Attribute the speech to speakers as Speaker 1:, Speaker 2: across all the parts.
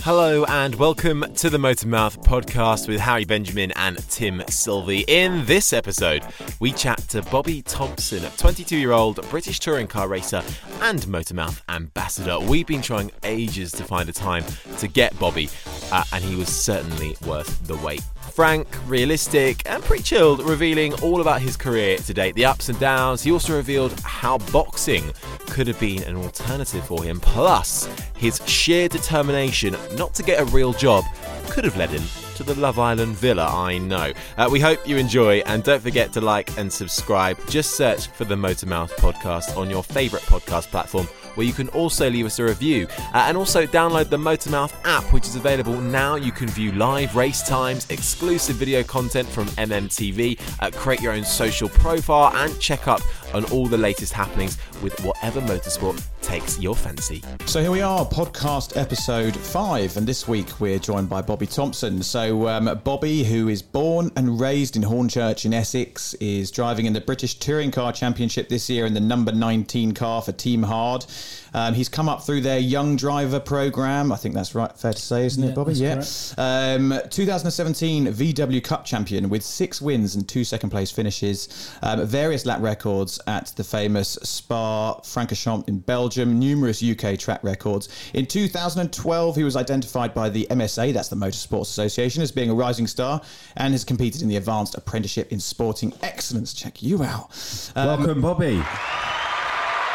Speaker 1: Hello and welcome to the Motormouth podcast with Harry Benjamin and Tim Sylvie. In this episode, we chat to Bobby Thompson, a 22 year old British touring car racer and Motormouth ambassador. We've been trying ages to find a time to get Bobby, uh, and he was certainly worth the wait. Frank, realistic, and pretty chilled, revealing all about his career to date, the ups and downs. He also revealed how boxing could have been an alternative for him. Plus, his sheer determination not to get a real job could have led him to the Love Island villa, I know. Uh, we hope you enjoy, and don't forget to like and subscribe. Just search for the Motormouth podcast on your favourite podcast platform. Where you can also leave us a review Uh, and also download the Motormouth app, which is available now. You can view live race times, exclusive video content from MMTV, uh, create your own social profile, and check up on all the latest happenings with whatever motorsport takes your fancy.
Speaker 2: So here we are, podcast episode five, and this week we're joined by Bobby Thompson. So um, Bobby, who is born and raised in Hornchurch in Essex, is driving in the British Touring Car Championship this year in the number 19 car for Team Hard. Um, he's come up through their young driver program. I think that's right, fair to say, isn't it, Bobby? Yeah. Um, 2017 VW Cup champion with six wins and two second place finishes, um, various lap records at the famous Spa Francorchamps in Belgium, numerous UK track records. In 2012, he was identified by the MSA, that's the Motorsports Association, as being a rising star and has competed in the Advanced Apprenticeship in Sporting Excellence. Check you out. Um,
Speaker 3: Welcome, Bobby.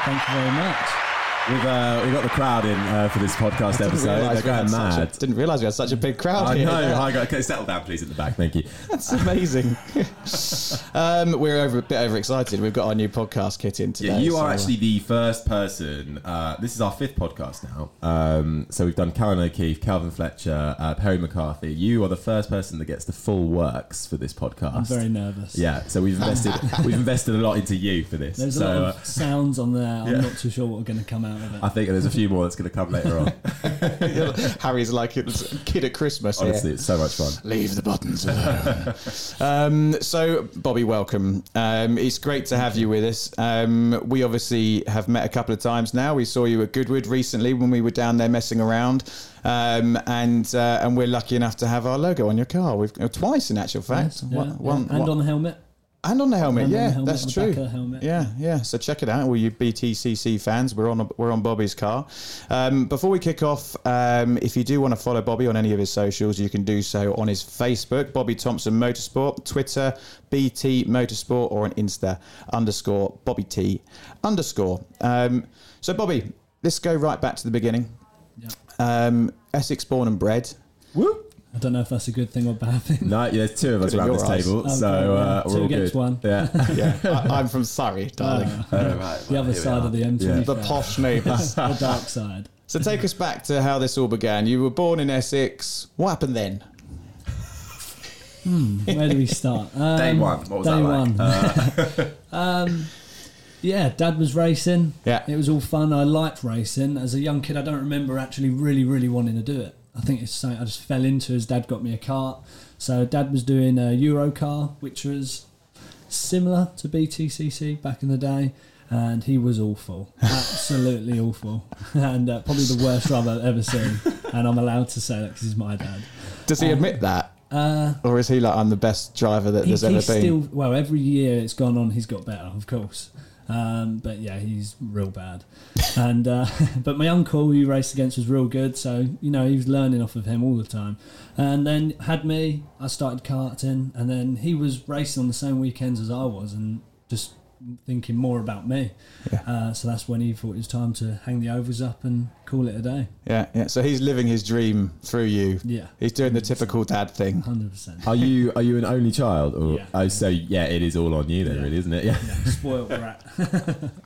Speaker 3: Thank you very much. We've uh, we got the crowd in uh, for this podcast
Speaker 2: didn't
Speaker 3: episode.
Speaker 2: realise we
Speaker 3: They're
Speaker 2: had
Speaker 3: going
Speaker 2: such a-
Speaker 3: mad.
Speaker 2: didn't realise we had such a big crowd
Speaker 3: I
Speaker 2: here.
Speaker 3: know. Hi, guys. Okay, settle down, please, at the back. Thank you.
Speaker 2: That's amazing. um, we're over a bit overexcited. We've got our new podcast kit in today.
Speaker 3: Yeah, you are
Speaker 2: so-
Speaker 3: actually the first person. Uh, this is our fifth podcast now. Um, so we've done Callan O'Keefe, Calvin Fletcher, uh, Perry McCarthy. You are the first person that gets the full works for this podcast.
Speaker 4: I'm very nervous.
Speaker 3: Yeah, so we've invested we've invested a lot into you for this.
Speaker 4: There's a
Speaker 3: so
Speaker 4: lot
Speaker 3: uh,
Speaker 4: of sounds on there. I'm
Speaker 3: yeah.
Speaker 4: not too sure what are going to come out of it.
Speaker 3: I think there's a few more that's going to come later on.
Speaker 2: Harry's like it's a kid at Christmas. here.
Speaker 3: Honestly, it's so much fun.
Speaker 2: Leave the buttons alone. um, so, Bobby, welcome. Um, it's great to have you with us. Um, we obviously have met a couple of times now. We saw you at Goodwood recently when we were down there messing around, um, and uh, and we're lucky enough to have our logo on your car. We've uh, twice, in actual fact.
Speaker 4: Yeah,
Speaker 2: One-
Speaker 4: yeah.
Speaker 2: one-
Speaker 4: and
Speaker 2: one-
Speaker 4: on the helmet.
Speaker 2: And on the helmet,
Speaker 4: And on
Speaker 2: yeah,
Speaker 4: the helmet,
Speaker 2: that's
Speaker 4: the
Speaker 2: true.
Speaker 4: back of the helmet.
Speaker 2: Yeah, yeah. So check it out, all you BTCC fans. We're on we're on Bobby's car. Um, before we kick off, um, if you do want to follow Bobby on any of his socials, you can do so on his Facebook, Bobby Thompson Motorsport, Twitter, BT Motorsport, or on Insta underscore Bobby T underscore. Um, so Bobby, let's go right back to the beginning.
Speaker 4: Yeah.
Speaker 2: Um, Essex born and bred. Woo.
Speaker 4: I don't know if that's a good thing or bad thing.
Speaker 3: No, yeah, there's two of us
Speaker 2: Could have
Speaker 3: around
Speaker 2: your
Speaker 3: this
Speaker 2: eyes.
Speaker 3: table,
Speaker 4: Okay,
Speaker 3: so uh, we're
Speaker 4: yeah. Two
Speaker 3: all
Speaker 4: against
Speaker 3: good.
Speaker 4: one.
Speaker 3: Yeah,
Speaker 2: Yeah, I, I'm from Surrey, darling.
Speaker 4: Uh. the other side of the M25.
Speaker 3: Yeah.
Speaker 2: the posh neighbours.
Speaker 4: the dark side.
Speaker 2: So take us back to how this all began. You were born in Essex. What happened then?
Speaker 4: Where do we start? Um,
Speaker 3: Day one. What was
Speaker 4: day
Speaker 3: that like? Uh,
Speaker 4: one. um, yeah, dad was racing.
Speaker 2: Yeah.
Speaker 4: It was all fun. I liked racing. As a young kid, I don't remember actually really, really wanting to do it. I think it's something I just fell into as dad got me a cart. So dad was doing a Euro car, which was similar to BTCC back in the day. And he was awful, absolutely awful, and uh, probably the worst driver I've ever seen. And I'm allowed to say that because he's my dad.
Speaker 2: Does he admit that,
Speaker 4: Uh,
Speaker 2: or is he like I'm the best driver that
Speaker 4: he-
Speaker 2: there's ever
Speaker 4: he's still
Speaker 2: been?
Speaker 4: well every year it's gone on he's got better of course um, but yeah he's real bad and uh, but my uncle who he raced against was real good so you know he was learning off of him all the time and then had me I started karting and then he was racing on the same weekends as I was and just thinking more about me uh, so that's when he thought it was time to hang the overs up and call it a day
Speaker 2: Yeah, yeah. So he's living his dream through you.
Speaker 4: Yeah.
Speaker 2: He's doing the typical dad thing.
Speaker 4: 100%
Speaker 3: Are you are you an only child? Or,
Speaker 4: Yeah.
Speaker 3: Oh, so yeah, it is all on you then,
Speaker 4: Yeah.
Speaker 3: really, isn't it? Yeah.
Speaker 4: spoiled brat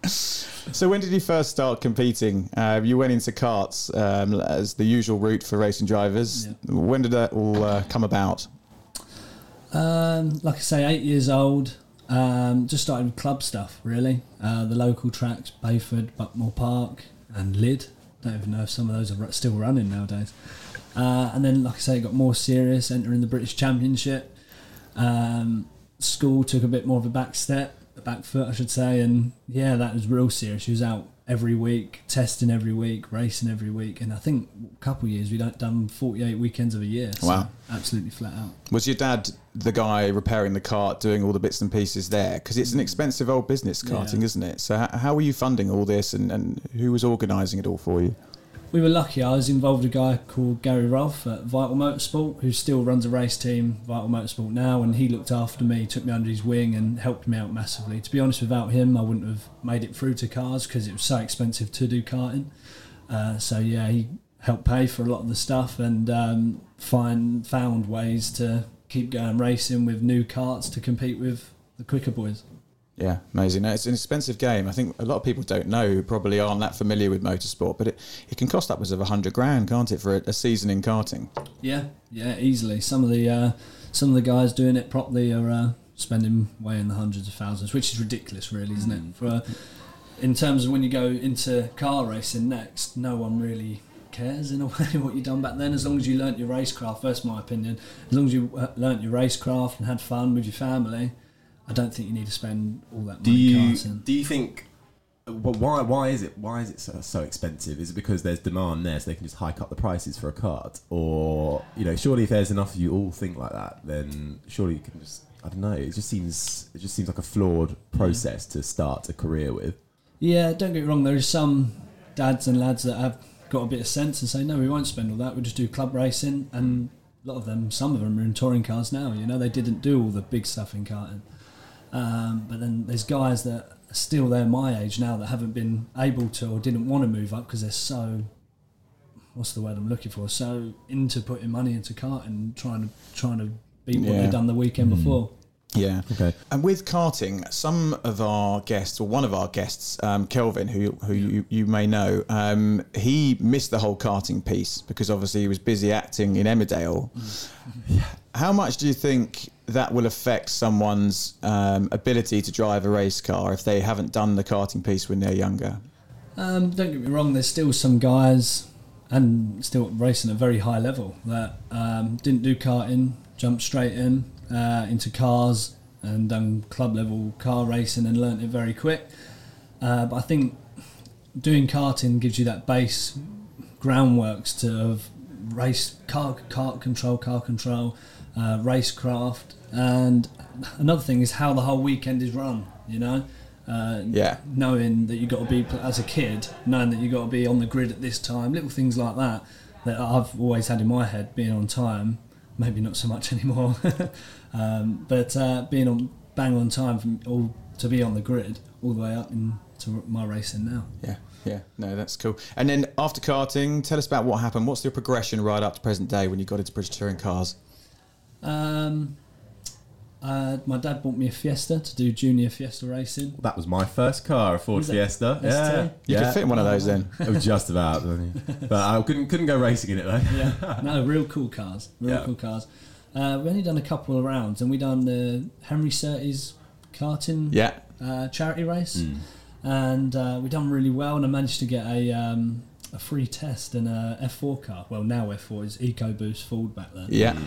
Speaker 2: So when did you first start competing? Uh, you went into carts um, as the usual route for racing drivers.
Speaker 4: Yeah.
Speaker 2: When did that all uh, come about?
Speaker 4: Um, like I say, eight years old. Um, just started with club stuff, really. Uh, the local tracks, Bayford, Buckmore Park, and Lid. Don't even know if some of those are ru- still running nowadays. Uh, and then, like I say, it got more serious, entering the British Championship. Um, school took a bit more of a back step, a back foot, I should say. And yeah, that was real serious. She was out every week, testing every week, racing every week, and I think a couple of years we don't done forty eight weekends of a year. So
Speaker 2: Wow.
Speaker 4: absolutely flat out.
Speaker 2: Was your dad the guy repairing the cart, doing all the bits and pieces there? Because it's an expensive old business, karting,
Speaker 4: Yeah.
Speaker 2: isn't it? So how, how were you funding all this, and, and who was organising it all for you?
Speaker 4: we were lucky. I was involved with a guy called Gary Rolfe at Vital Motorsport, who still runs a race team, Vital Motorsport now, and he looked after me, took me under his wing, and helped me out massively. To be honest, without him, I wouldn't have made it through to cars because it was so expensive to do karting. Uh, so yeah, he helped pay for a lot of the stuff and um, find found ways to keep going racing with new carts to compete with the quicker boys.
Speaker 2: Yeah, amazing. No, it's an expensive game. I think a lot of people don't know, who probably aren't that familiar with motorsport, but it, it can cost upwards of 100 grand, can't it, for a, a season in karting?
Speaker 4: Yeah, yeah, easily. Some of the uh, some of the guys doing it properly are uh, spending way in the hundreds of thousands, which is ridiculous, really, isn't
Speaker 3: Mm.
Speaker 4: it? For uh, in terms of when you go into car racing next, no one really cares in a way what you done back then. As long as you learnt your racecraft, that's my opinion. As long as you uh, learnt your racecraft and had fun with your family, I don't think you need to spend all that money
Speaker 3: Do you
Speaker 4: karting.
Speaker 3: do you think? Well, why why is it why is it so, so expensive? Is it because there's demand there, so they can just hike up the prices for a cart, or you know, surely if there's enough of you all think like that, then surely you can just I don't know. It just seems it just seems like a
Speaker 4: Mm.
Speaker 3: flawed process to start a career with.
Speaker 4: Yeah, don't get me wrong. There is some dads and lads that have got a bit of sense and say, no, we won't spend all that. We'll just do club racing. And a lot of them, some of them are in touring cars now. You know, they didn't do all the big stuff in karting. Um, but then there's guys that are still there my age now that haven't been able to or didn't want to move up because they're so what's the word I'm looking for? So into putting money into karting, trying to trying to beat what
Speaker 2: Yeah.
Speaker 4: they've done the weekend before.
Speaker 2: Yeah.
Speaker 3: Okay.
Speaker 2: And with karting, some of our guests, or one of our guests, um, Kelvin, who who you, you may know, um, he missed the whole karting piece because obviously he was busy acting in Emmerdale. How much do you think that will affect someone's um, ability to drive a race car if they haven't done the karting piece when they're younger?
Speaker 4: Um, don't get me wrong, there's still some guys and still racing at a very high level that um, didn't do karting, jumped straight in uh, into cars and done club level car racing and learnt it very quick. Uh, but I think doing karting gives you that base groundworks to have race car cart control, car control, uh, racecraft, and another thing is how the whole weekend is run. You know, uh,
Speaker 2: Yeah.
Speaker 4: knowing that you got to be as a kid, knowing that you got to be on the grid at this time, little things like that that I've always had in my head, being on time. Maybe not so much anymore, um, but uh, being on bang on time from all to be on the grid all the way up into my racing now.
Speaker 2: Yeah. Yeah, no, that's cool. And then after karting, tell us about what happened. What's your progression right up to present day when you got into British Touring Cars?
Speaker 4: Um, uh, my dad bought me a Fiesta to do junior Fiesta racing.
Speaker 3: That was my first car, a Ford
Speaker 4: Was it
Speaker 3: Fiesta.
Speaker 4: ST?
Speaker 3: Yeah,
Speaker 2: You
Speaker 3: yeah.
Speaker 2: could fit in one of those then.
Speaker 3: It was just about, but I couldn't couldn't go racing in it though.
Speaker 4: Yeah, no, real cool cars, real
Speaker 3: Yeah.
Speaker 4: cool cars. Uh, we only done a couple of rounds, and we done the Henry Surtees karting
Speaker 2: Yeah. Hmm.
Speaker 4: uh, charity race, and uh, we done really well, and I managed to get a um, a free test in a F4 car. Well, now F4 is EcoBoost Ford back then.
Speaker 2: Yeah.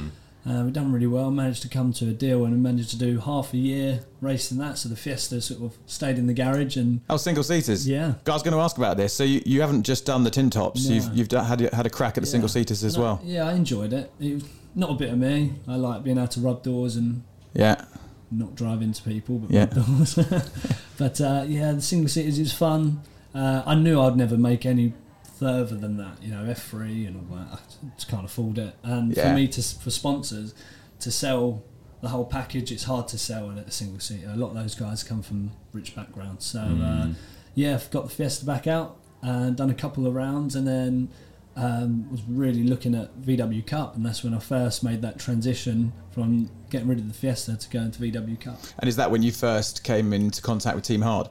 Speaker 4: Uh, we've done really well, managed to come to a deal and managed to do half a year racing that. So the Fiesta sort of stayed in the garage and
Speaker 2: Oh, single seaters.
Speaker 4: Yeah.
Speaker 2: I was going to ask about this. So you, you haven't just done the tin tops.
Speaker 4: No.
Speaker 2: You've you've done, had had a crack at the single seaters as
Speaker 4: No,
Speaker 2: well.
Speaker 4: Yeah, I enjoyed it. It was not a bit of me. I like being able to rub doors and
Speaker 2: Yeah.
Speaker 4: not drive into people, but
Speaker 2: Yeah.
Speaker 4: rub doors. but uh, yeah, the single seaters is fun. Uh, I knew I'd never make any further than that. You know, F three and all that. I just can't afford it. And
Speaker 2: Yeah.
Speaker 4: for me to for sponsors to sell the whole package, it's hard to sell it at a single seater. A lot of those guys come from rich backgrounds, so uh, yeah, I've got the Fiesta back out and done a couple of rounds, and then um, was really looking at VW Cup, and that's when I first made that transition from getting rid of the Fiesta to going to VW Cup.
Speaker 2: And is that when you first came into contact with Team Hard?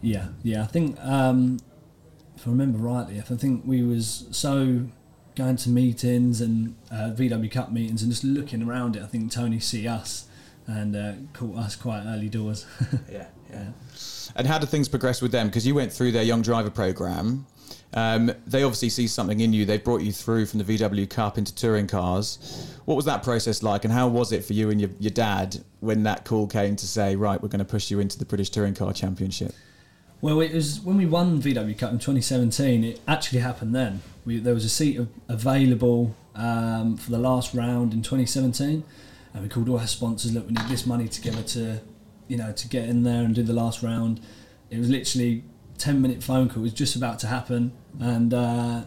Speaker 4: Yeah, yeah. I think um, if I remember rightly, if I think we was so going to meetings and uh, VW Cup meetings and just looking around it. I think Tony see us and uh, caught us quite early doors.
Speaker 2: Yeah. Yeah. And how did things progress with them? Because you went through their young driver program. Um, they obviously see something in you. They've brought you through from the VW Cup into touring cars. What was that process like, and how was it for you and your, your dad when that call came to say, right, we're going to push you into the British Touring Car Championship?
Speaker 4: Well, it was when we won VW Cup in 2017. It actually happened then. We, there was a seat av- available um, for the last round in 2017, and we called all our sponsors. Look, we need this money together to, you know, to get in there and do the last round. It was literally 10 minute phone call. It was just about to happen, and uh,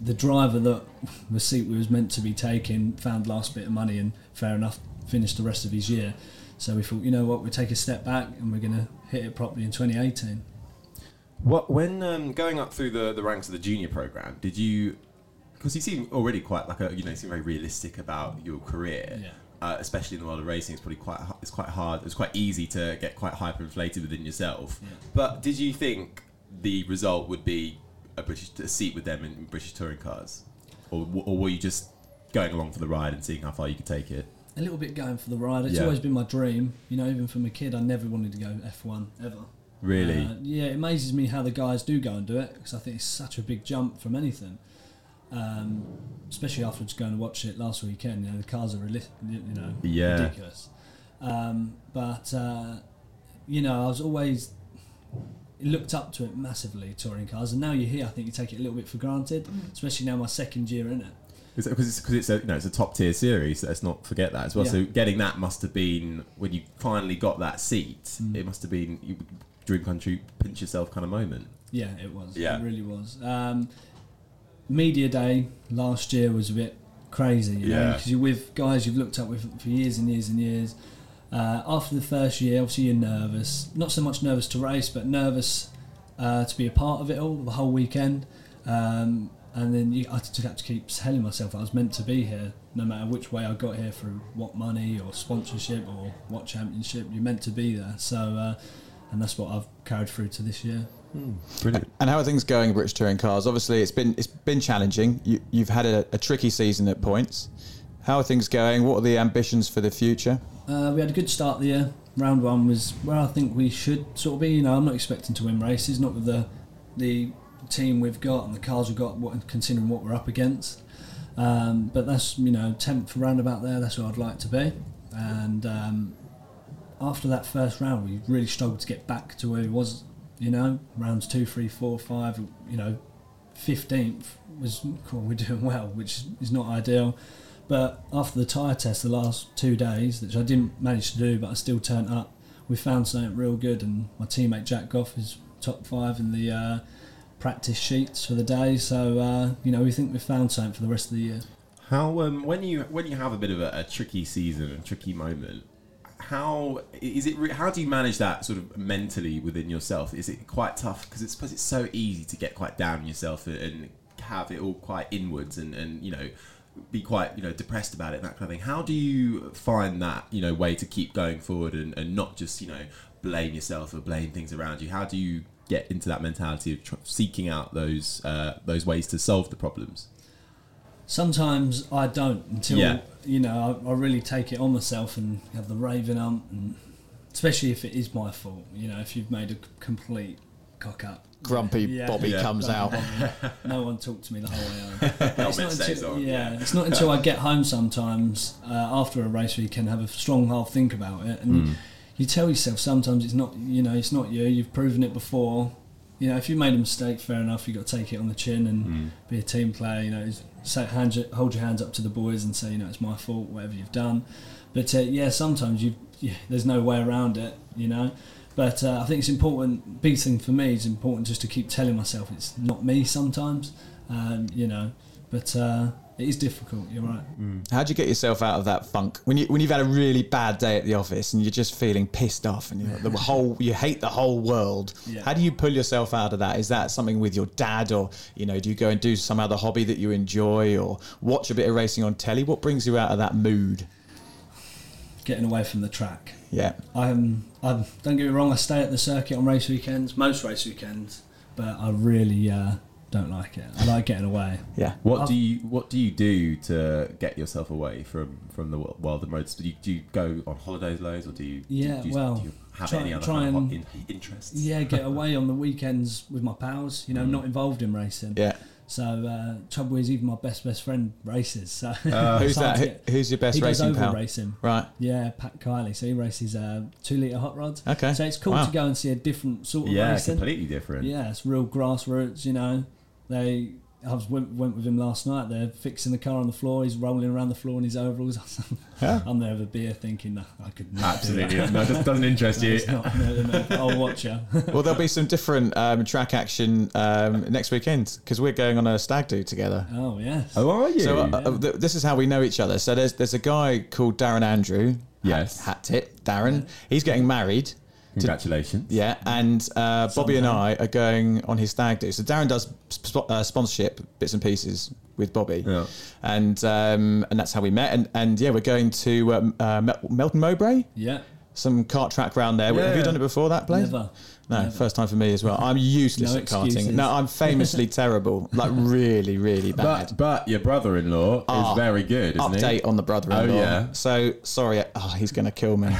Speaker 4: the driver that the seat we was meant to be taking found last bit of money, and fair enough, finished the rest of his year. So we thought, you know what, we take a step back and we're going to hit it properly in 2018.
Speaker 3: What when um, going up through the, the ranks of the junior program? Did you? Because you seem already quite like a you know you seem very realistic about your career,
Speaker 4: Yeah.
Speaker 3: uh, especially in the world of racing. It's probably quite h- it's quite hard. It's quite easy to get quite hyperinflated within yourself. But did you think the result would be a British a seat with them in British touring cars, or w- or were you just going along for the ride and seeing how far you could take it?
Speaker 4: a little bit going for the ride. It's
Speaker 3: Yeah.
Speaker 4: always been my dream. You know, even from a kid, I never wanted to go F1 ever.
Speaker 3: Really?
Speaker 4: Uh, yeah, it amazes me how the guys do go and do it because I think it's such a big jump from anything. Um, especially afterwards going to watch it last weekend. You know, the cars are reli- you know
Speaker 3: Yeah.
Speaker 4: ridiculous. Um, but uh, you know, I was always looked up to it massively touring cars, and now you're here. I think you take it a little bit for granted, especially now my second year in it.
Speaker 3: because it's because it's a you know it's a top tier series. Let's not forget that as well.
Speaker 4: Yeah.
Speaker 3: So getting that must have been when you finally got that seat. It must have been you, dream country, pinch yourself kind of moment.
Speaker 4: Yeah, it was.
Speaker 3: Yeah.
Speaker 4: It really was. Um, media day last year was a bit crazy, you know,
Speaker 3: Yeah.
Speaker 4: because you're with guys you've looked up with for years and years and years. Uh, after the first year, obviously you're nervous. Not so much nervous to race, but nervous uh, to be a part of it all, the whole weekend. Um, and then you, I just had to keep telling myself I was meant to be here, no matter which way I got here, through what money or sponsorship or what championship, you're meant to be there. So, uh, and that's what I've carried through to this year.
Speaker 3: Brilliant.
Speaker 2: And how are things going, at British Touring Cars? Obviously, it's been it's been challenging. You, you've had a, a tricky season at points. How are things going? What are the ambitions for the future?
Speaker 4: Uh, we had a good start of the year. Round one was where I think we should sort of be. You know, I'm not expecting to win races, not with the the team we've got and the cars we've got, what, considering what we're up against. Um, but that's you know tenth roundabout there. That's where I'd like to be. And um, after that first round, we really struggled to get back to where we was. You know, rounds two, three, four, five. You know, fifteenth was cool. We're doing well, which is not ideal. But after the tyre test the last two days, which I didn't manage to do, but I still turned up, we found something real good. And my teammate Jack Goff is top five in the uh, practice sheets for the day. So, uh, you know, we think we've found something for the rest of the year.
Speaker 3: How um, when you when you have a bit of a, a tricky season, a tricky moment, how is it? Re- how do you manage that sort of mentally within yourself? Is it quite tough? Because it's suppose it's so easy to get quite down on yourself and, and have it all quite inwards and and you know be quite you know depressed about it and that kind of thing. How do you find that you know way to keep going forward and, and not just you know blame yourself or blame things around you? How do you get into that mentality of tr- seeking out those uh, those ways to solve the problems?
Speaker 4: Sometimes I don't until
Speaker 3: Yeah.
Speaker 4: you know I, I really take it on myself and have the raving ump, and especially if it is my fault. You know, if you've made a c- complete cock up.
Speaker 2: Grumpy
Speaker 4: Yeah.
Speaker 2: Bobby
Speaker 3: Yeah.
Speaker 2: comes out.
Speaker 4: No one talked to me the whole way home. But it's
Speaker 3: Helmet
Speaker 4: not
Speaker 3: stays
Speaker 4: until,
Speaker 3: on,
Speaker 4: yeah, it's not until I get home sometimes uh, after a race where you can have a strong half think about it, and
Speaker 3: Hmm.
Speaker 4: you, you tell yourself sometimes it's not you know it's not you. You've proven it before. You know, if you made a mistake, fair enough. You have got to take it on the chin and be a team player. You know, say, hand your, hold your hands up to the boys and say, you know, it's my fault, whatever you've done. But uh, yeah, sometimes you, yeah, there's no way around it. You know, but uh, I think it's important. Big thing for me is important just to keep telling myself it's not me. Sometimes, um, you know, but uh, it is difficult. You're right.
Speaker 2: How do you get yourself out of that funk when you when you've had a really bad day at the office and you're just feeling pissed off and you're, the whole you hate the whole world?
Speaker 4: Yeah.
Speaker 2: How do you pull yourself out of that? Is that something with your dad or you know do you go and do some other hobby that you enjoy or watch a bit of racing on telly? What brings you out of that mood?
Speaker 4: Getting away from the track.
Speaker 2: Yeah,
Speaker 4: I'm, I'm. Don't get me wrong. um, I stay at the circuit on race weekends, most race weekends, but I really uh, don't like it. I like getting away.
Speaker 2: yeah.
Speaker 3: What do you What do you do to get yourself away from from the wo- world of motorsport? Do you, do you go on holidays loads, or do you? do you-
Speaker 4: Yeah,
Speaker 3: do you,
Speaker 4: well,
Speaker 3: do you have
Speaker 4: try-
Speaker 3: any other
Speaker 4: try
Speaker 3: kind of hot
Speaker 4: and-
Speaker 3: in, interests?
Speaker 4: Yeah, get away on the weekends with my pals. You know, not involved in racing.
Speaker 2: Yeah.
Speaker 4: So uh, trouble is, even my best best friend races. So
Speaker 2: Uh, Who's
Speaker 4: it's
Speaker 2: that?
Speaker 4: hard to
Speaker 2: Who,
Speaker 4: get-
Speaker 2: who's your best
Speaker 4: he goes
Speaker 2: racing
Speaker 4: over
Speaker 2: pal?
Speaker 4: racing.
Speaker 2: Right.
Speaker 4: Yeah, Pat Kiley. So he races uh, two litre hot rods.
Speaker 2: Okay.
Speaker 4: So it's cool
Speaker 2: Wow.
Speaker 4: to go and see a different sort of
Speaker 3: Yeah,
Speaker 4: racing.
Speaker 3: completely different.
Speaker 4: Yeah, it's real grassroots. You know, they. I was went, went with him last night. They're fixing the car on the floor. He's rolling around the floor in his overalls.
Speaker 2: Yeah.
Speaker 4: I'm there with a beer, thinking "No, I could never
Speaker 3: Absolutely. no, it doesn't interest
Speaker 4: Do that.
Speaker 3: you.
Speaker 4: It's not, no, no, no, but I'll watch her.
Speaker 2: Well, there'll be some different um, track action um, next weekend because we're going on a stag do together.
Speaker 4: oh yes.
Speaker 3: Oh, are you?
Speaker 2: So uh, uh, th- this is how we know each other. So there's there's a guy called Darren Andrew.
Speaker 3: Yes.
Speaker 2: Hat, hat tip, Darren. He's getting married.
Speaker 3: Congratulations.
Speaker 2: Yeah, and uh, Bobby and I are going on his stag do. So Darren does sp- uh, sponsorship bits and pieces with Bobby,
Speaker 3: Yeah.
Speaker 2: and um, and that's how we met. And and yeah, we're going to um, uh, Mel- Melton Mowbray,
Speaker 4: Yeah.
Speaker 2: some kart track round there. Have
Speaker 3: Yeah.
Speaker 2: you done it before that, Blaze?
Speaker 4: Never.
Speaker 2: No,
Speaker 4: Never.
Speaker 2: first time for me as well. I'm useless
Speaker 4: No
Speaker 2: at karting.
Speaker 4: excuses.
Speaker 2: No, I'm famously terrible. Like really, really bad.
Speaker 3: But but your brother-in-law
Speaker 2: Ah,
Speaker 3: is very good, isn't
Speaker 2: Update
Speaker 3: he?
Speaker 2: on the brother-in-law.
Speaker 3: Oh, yeah.
Speaker 2: So sorry. Oh, he's going to kill me.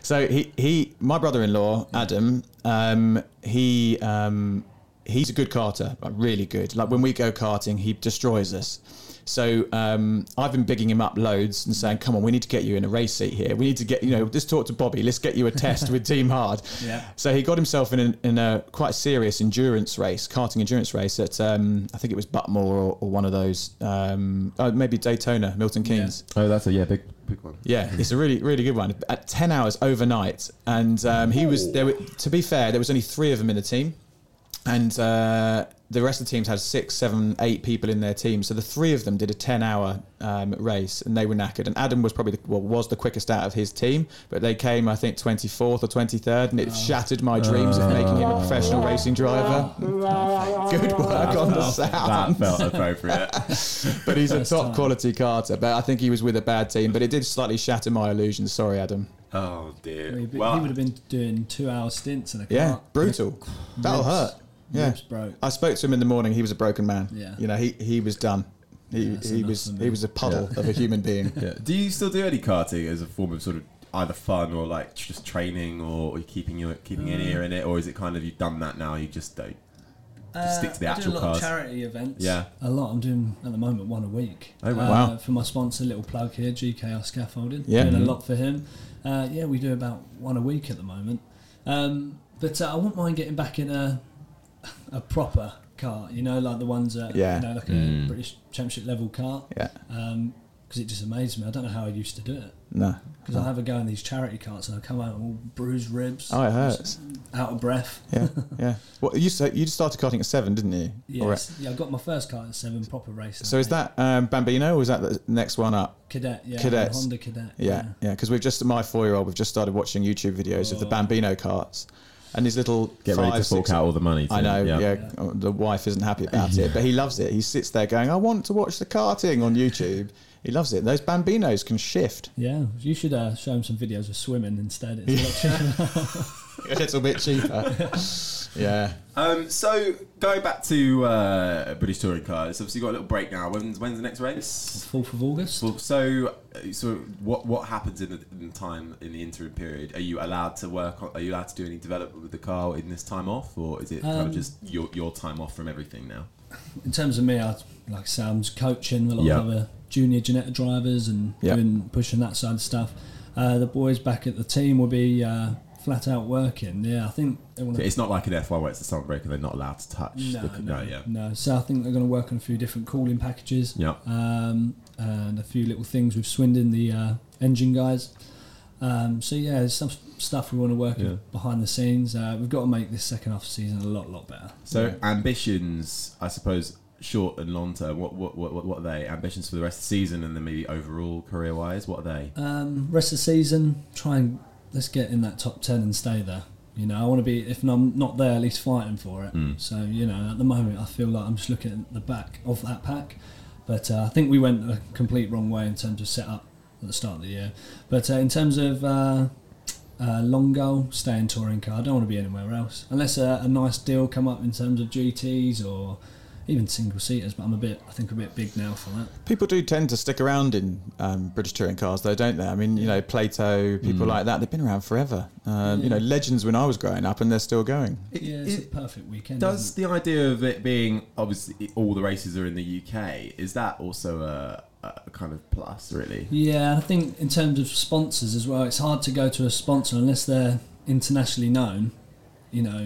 Speaker 2: so he he my brother-in-law Adam. Um, he um, he's a good carter, like really good. Like when we go karting, he destroys us. So um, I've been bigging him up loads and saying, "Come on, we need to get you in a race seat here. We need to get you know, just talk to Bobby. Let's get you a test with Team Hard."
Speaker 4: Yeah.
Speaker 2: So he got himself in, an, in a quite serious endurance race, karting endurance race at um, I think it was Butmore or, or one of those, um, oh, maybe Daytona, Milton Keynes.
Speaker 3: Oh, that's a yeah, big big one.
Speaker 2: Yeah. it's a really really good one. At ten hours overnight, and um, he was there. Were, to be fair, there was only three of them in the team, and uh, the rest of the teams had six, seven, eight people in their team. So the three of them did a ten-hour um, race, and they were knackered. And Adam was probably the, well, was the quickest out of his team, but they came, I think, twenty-fourth or twenty-third, and it shattered my dreams of making him a professional racing driver. Good work on the sound
Speaker 3: That felt appropriate.
Speaker 2: but he's a
Speaker 4: First
Speaker 2: top
Speaker 4: time.
Speaker 2: quality Carter. But I think he was with a bad team. But it did slightly shatter my illusions. Sorry, Adam.
Speaker 3: oh dear.
Speaker 4: He,
Speaker 3: Well,
Speaker 4: would have been doing two-hour stints in a car.
Speaker 2: Yeah, brutal. That'll
Speaker 4: Ribs-
Speaker 2: hurt. Yeah.
Speaker 4: ribs broke.
Speaker 2: I spoke to him in the morning. He was a broken man.
Speaker 4: Yeah.
Speaker 2: You know, he he was done. He,
Speaker 4: Yeah, that's
Speaker 2: he
Speaker 4: enough
Speaker 2: was
Speaker 4: for me.
Speaker 2: he was a puddle of a human being.
Speaker 3: yeah. Do you still do any karting as a form of sort of either fun or like tr- just training or, or keeping your keeping an ear in it, or is it kind of you've done that now? You just don't.
Speaker 4: Uh,
Speaker 3: stick to the
Speaker 4: I
Speaker 3: actual
Speaker 4: do a lot
Speaker 3: cars.
Speaker 4: of charity events.
Speaker 3: Yeah.
Speaker 4: a lot. I'm doing at the moment one a week.
Speaker 3: Oh, wow.
Speaker 4: Uh,
Speaker 2: Wow.
Speaker 4: For my sponsor, little plug here, GKR Scaffolding.
Speaker 2: Yeah. Mm-hmm.
Speaker 4: doing a lot for him. Uh, yeah, we do about one a week at the moment. Um, but uh, I wouldn't mind getting back in a a proper cart. You know, like the ones that
Speaker 2: Yeah.
Speaker 4: you know, like a
Speaker 3: Mm.
Speaker 4: British Championship level cart.
Speaker 2: Yeah.
Speaker 4: Because it just amazed me. I don't know how I used to do it.
Speaker 2: No.
Speaker 4: Because I have a go in these charity carts and I come out all bruised ribs,
Speaker 2: Mm. Oh, it hurts.
Speaker 4: out of breath.
Speaker 2: Yeah, yeah. Well, you so you started karting at seven, didn't you?
Speaker 4: Yes.
Speaker 2: Or-
Speaker 4: Yeah, I got my first cart at seven proper racing.
Speaker 2: So is that um, Bambino, or is that the next one up?
Speaker 4: Cadet, yeah.
Speaker 2: Cadets.
Speaker 4: Honda Cadet.
Speaker 2: Yeah, yeah. Because we've just my four-year-old. We've just started watching YouTube videos
Speaker 4: Oh.
Speaker 2: of the Bambino carts, and his little
Speaker 3: Get
Speaker 2: five,
Speaker 3: ready to fork
Speaker 2: six-
Speaker 3: out all the money.
Speaker 2: I know, yeah. uh, The wife isn't happy about it, but he loves it. He sits there going, I want to watch the karting on YouTube. He loves it. Those bambinos can shift
Speaker 4: Yeah, you should uh, show him some videos of swimming instead. It's a lot cheaper.
Speaker 2: a little bit cheaper. yeah.
Speaker 3: Um, so going back to uh, British touring car, it's obviously got a little break now. When's when's the next race?
Speaker 4: 4th of August.
Speaker 3: Well, so uh, so what what happens in the in time in the interim period? Are you allowed to work? On, are you allowed to do any development with the car in this time off, or is it kind of
Speaker 4: Um,
Speaker 3: just your your time off from everything now?
Speaker 4: In terms of me, I, like I say, I'm just coaching a lot
Speaker 3: Yeah.
Speaker 4: of other junior Janetta drivers and
Speaker 2: Yeah.
Speaker 4: doing, pushing that side of stuff. Uh, the boys back at the team will be uh, flat out working. Yeah, I think they want
Speaker 3: So
Speaker 4: to
Speaker 3: it's not like an F1 where it's the summer break and they're not allowed to touch.
Speaker 4: No,
Speaker 3: the, c-
Speaker 4: no,
Speaker 3: yeah.
Speaker 4: no. So I think they're going to work on a few different cooling packages.
Speaker 3: Yeah.
Speaker 4: Um, and a few little things with Swindon, the uh, engine guys. Um, so yeah, there's some stuff we want to work
Speaker 3: Yeah.
Speaker 4: behind the scenes. Uh, we've got to make this second half season a lot, lot better.
Speaker 3: So ambitions, I suppose, short and long term. What what what what- what are they? Ambitions for the rest of the season and then maybe overall career wise. What are they?
Speaker 4: Um, rest of the season, try and let's get in that top ten and stay there. You know, I want to be if I'm not there, at least fighting for it. So you know, at the moment, I feel like I'm just looking at the back of that pack. But uh, I think we went a complete wrong way in terms of setup at the start of the year. But uh, in terms of uh, uh, long goal, stay in touring car. I don't want to be anywhere else unless a, a nice deal come up in terms of GTS or even single seaters. But I'm a bit, I think, a bit big now for that.
Speaker 2: People do tend to stick around in um, British touring cars, though, don't they? I mean, you know, Plato, people like that, they've been around forever. Um, You know, legends when I was growing up, and they're still going.
Speaker 4: yeah, it's
Speaker 3: it-
Speaker 4: a perfect weekend.
Speaker 3: Does
Speaker 4: isn't
Speaker 3: the idea of it being obviously all the races are in the UK is that also a, a kind of plus really?
Speaker 4: it? yeah, I think in terms of sponsors as well, it's hard to go to a sponsor unless they're internationally known. You know,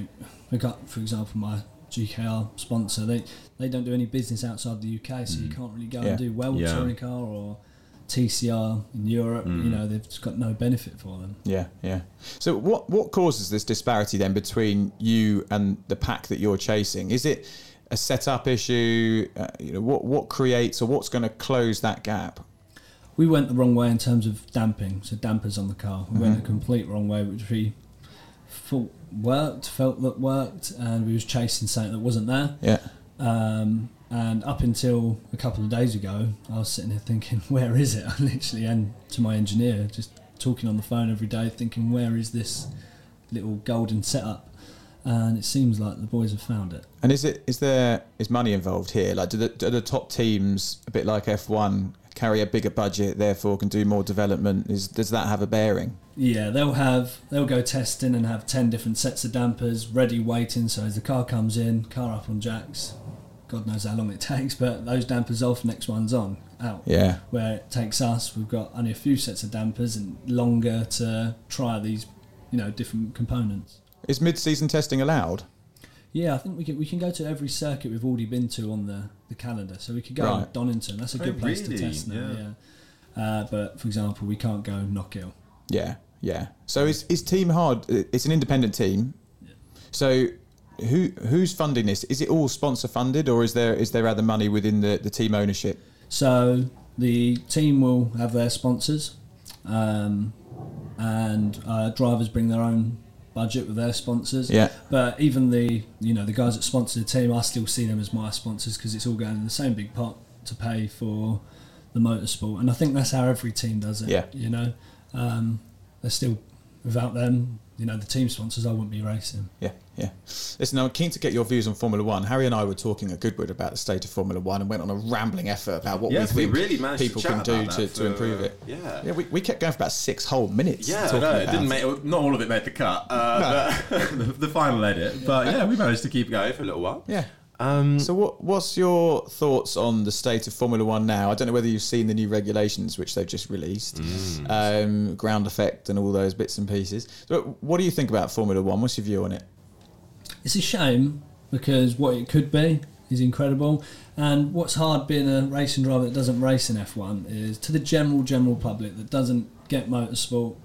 Speaker 4: we got, for example, my GKR sponsor. They they don't do any business outside the UK, so you can't really go
Speaker 2: Yeah.
Speaker 4: and do well with
Speaker 3: Yeah.
Speaker 4: touring car or TCR in Europe. You know, they've just got no benefit for them.
Speaker 2: Yeah, yeah. So what what causes this disparity then between you and the pack that you're chasing? Is it a setup issue? Uh, you know, what what creates or what's going to close that gap?
Speaker 4: we went the wrong way in terms of damping, so dampers on the car. We went the complete wrong way, which we thought worked, felt that worked, and we was chasing something that wasn't there.
Speaker 2: Yeah,
Speaker 4: Um, and up until a couple of days ago, I was sitting here thinking, "Where is it?" I literally, and to my engineer, just talking on the phone every day, thinking, "Where is this little golden setup?" And it seems like the boys have found it.
Speaker 2: and is it is there is money involved here? Like, do the, do the top teams a bit like F1 carry a bigger budget, therefore can do more development? Is does that have a bearing?
Speaker 4: Yeah, they'll have they'll go testing and have ten different sets of dampers ready waiting. So as the car comes in, car up on jacks. God knows how long it takes, but those dampers off, next one's on out.
Speaker 2: Yeah,
Speaker 4: Where it takes us, we've got only a few sets of dampers and longer to try these, you know, different components.
Speaker 2: is mid-season testing allowed?
Speaker 4: Yeah, I think we can we can go to every circuit we've already been to on the, the calendar. So we could go
Speaker 2: Right.
Speaker 4: Donington. That's a
Speaker 3: Oh,
Speaker 4: good place
Speaker 3: really?
Speaker 4: to test now.
Speaker 3: Yeah.
Speaker 4: Yeah. Uh, but for example, we can't go Knockhill.
Speaker 2: Yeah, yeah. So is is Team Hard? It's an independent team. So who who's funding this? Is it all sponsor funded, or is there is there other money within the, the team ownership?
Speaker 4: So the team will have their sponsors, um, and uh, drivers bring their own budget with their sponsors.
Speaker 2: Yeah.
Speaker 4: But even the you know the guys that sponsor the team, I still see them as my sponsors because it's all going in the same big pot to pay for the motorsport, and I think that's how every team does it.
Speaker 2: Yeah.
Speaker 4: You know, um, they're still without them. You know, the team sponsors, I wouldn't be racing.
Speaker 2: Yeah, yeah. Listen, I'm keen to get your views on Formula One. Harry and I were talking at Goodwood about the state of Formula One and went on a rambling effort about what
Speaker 3: Yes,
Speaker 2: we
Speaker 3: we
Speaker 2: think
Speaker 3: really managed to
Speaker 2: people can
Speaker 3: chat
Speaker 2: do
Speaker 3: about
Speaker 2: to,
Speaker 3: that
Speaker 2: to improve
Speaker 3: for- uh,
Speaker 2: it.
Speaker 3: yeah.
Speaker 2: yeah. We, we kept going for about six whole minutes.
Speaker 3: Yeah,
Speaker 2: talking
Speaker 3: no, it
Speaker 2: about
Speaker 3: didn't make not all of it made the cut. Uh, but the, the final edit, but yeah, we managed to keep going for a little while.
Speaker 2: Yeah. so, what, what's your thoughts on the state of Formula One now? I don't know whether you've seen the new regulations which they've just released, um, ground effect, and all those bits and pieces. But what do you think about Formula One? What's your view on it?
Speaker 4: It's a shame because what it could be is incredible. And what's hard being a racing driver that doesn't race in F1 is to the general, general public that doesn't get motorsport,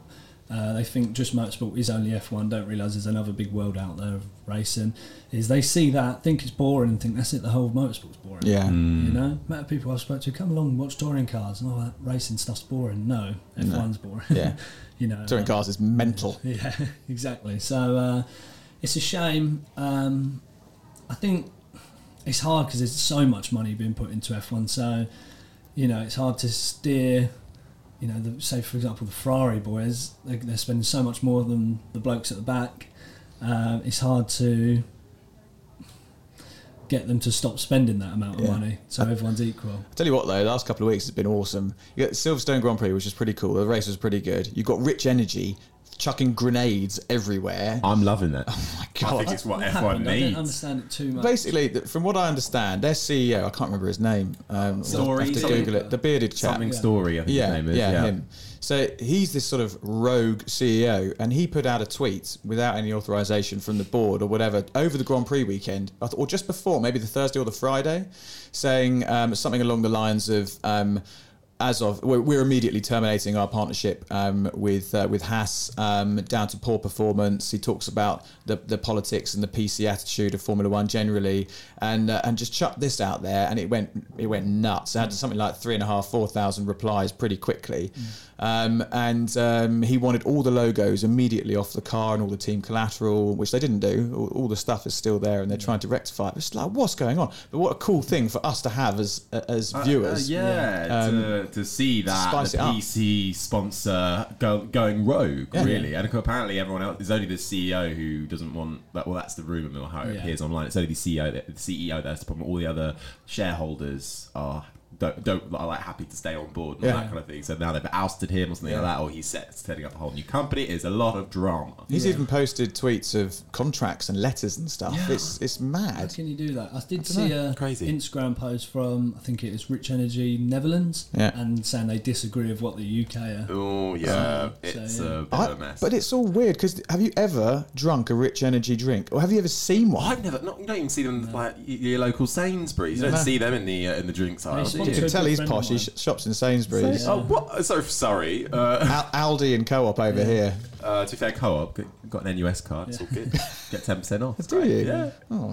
Speaker 4: uh, they think just motorsport is only F1, don't realise there's another big world out there of racing, is they see that, think it's boring, and think that's it, the whole motorsport's boring.
Speaker 2: Yeah. Mm.
Speaker 4: You know, amount of people I've spoken to come along and watch touring cars and all that racing stuff's boring. No, F1's boring.
Speaker 2: Yeah.
Speaker 4: you know,
Speaker 2: Touring cars is mental.
Speaker 4: yeah, exactly. So uh, it's a shame. Um, I think it's hard because there's so much money being put into F1. So you know, it's hard to steer. You know, the, say for example, the Ferrari boys, they, they're spending so much more than the blokes at the back. Uh, it's hard to get them to stop spending that amount of
Speaker 2: Yeah.
Speaker 4: money so everyone's equal.
Speaker 2: I tell you what, though, the last couple of weeks has been awesome. You got Silverstone Grand Prix, which is pretty cool. The race was pretty good. You got Rich Energy chucking grenades everywhere.
Speaker 3: I'm loving that.
Speaker 2: Oh my
Speaker 3: I
Speaker 2: God.
Speaker 3: think it's what F1
Speaker 4: happened? I don't
Speaker 3: needs.
Speaker 4: understand it too much.
Speaker 2: Basically, th- from what I understand, their CEO, I can't remember his name. Um,
Speaker 3: Story?
Speaker 2: I have to Google it. The bearded chap.
Speaker 3: Something story, I think
Speaker 2: yeah,
Speaker 3: his name is.
Speaker 2: yeah, him. So he's this sort of rogue CEO, and he put out a tweet without any authorization from the board or whatever over the Grand Prix weekend, I th- or just before, maybe the Thursday or the Friday, saying um, something along the lines of. Um, as of we're, we're immediately terminating our partnership um, with uh, with Haas um, down to poor performance. He talks about the, the politics and the PC attitude of Formula One generally, and uh, and just chucked this out there, and it went it went nuts.
Speaker 3: Mm.
Speaker 2: It had something like three and a half, four thousand replies pretty quickly, um, and um, he wanted all the logos immediately off the car and all the team collateral, which they didn't do. All, all the stuff is still there, and they're
Speaker 3: Mm.
Speaker 2: trying to rectify it. It's like what's going on? But what a cool thing for us to have as as
Speaker 3: Uh, uh,
Speaker 2: viewers. Um,
Speaker 3: yeah, to, to see that
Speaker 2: Spice
Speaker 3: the
Speaker 2: it up.
Speaker 3: PC sponsor go, going rogue,
Speaker 2: Yeah.
Speaker 3: really. And apparently, everyone else is only the CEO who doesn't want that. Well, that's the rumor mill how it
Speaker 4: Yeah.
Speaker 3: appears online. It's only the CEO, that- the CEO that's the problem. All the other shareholders are. Don't, don't are like happy to stay on board and all
Speaker 2: Yeah.
Speaker 3: that kind of thing. So now they've ousted him or something like that, or he's set, setting up a whole new company. It's a lot of drama.
Speaker 2: He's even posted tweets of contracts and letters and stuff. It's it's mad.
Speaker 4: Can you do that? I did see a
Speaker 1: Crazy.
Speaker 4: Instagram post from I think it was Rich Energy Netherlands,
Speaker 2: Yeah.
Speaker 4: and saying they disagree with what the UK are.
Speaker 3: Oh yeah, it's
Speaker 4: so, yeah.
Speaker 3: a bit
Speaker 2: I-
Speaker 3: of a mess.
Speaker 2: but it's all weird because have you ever drunk a rich energy drink, or have you ever seen one?
Speaker 3: I've never. Not, you don't even see them like y- your local Sainsbury's. You don't
Speaker 2: No.
Speaker 3: see them in the uh, in the drinks aisle.
Speaker 2: You
Speaker 3: do
Speaker 4: see
Speaker 3: you?
Speaker 4: them.
Speaker 2: can tell he's
Speaker 4: Good friend of
Speaker 2: posh. He
Speaker 4: mine.
Speaker 2: sh- shops in Sainsbury's,
Speaker 3: Oh what? So sorry. Uh,
Speaker 2: Al- Aldi, and Co-op over here.
Speaker 3: uh, to be fair, co-op g- got an NUS card. It's all good. Get ten percent off.
Speaker 2: Do you?
Speaker 3: Yeah.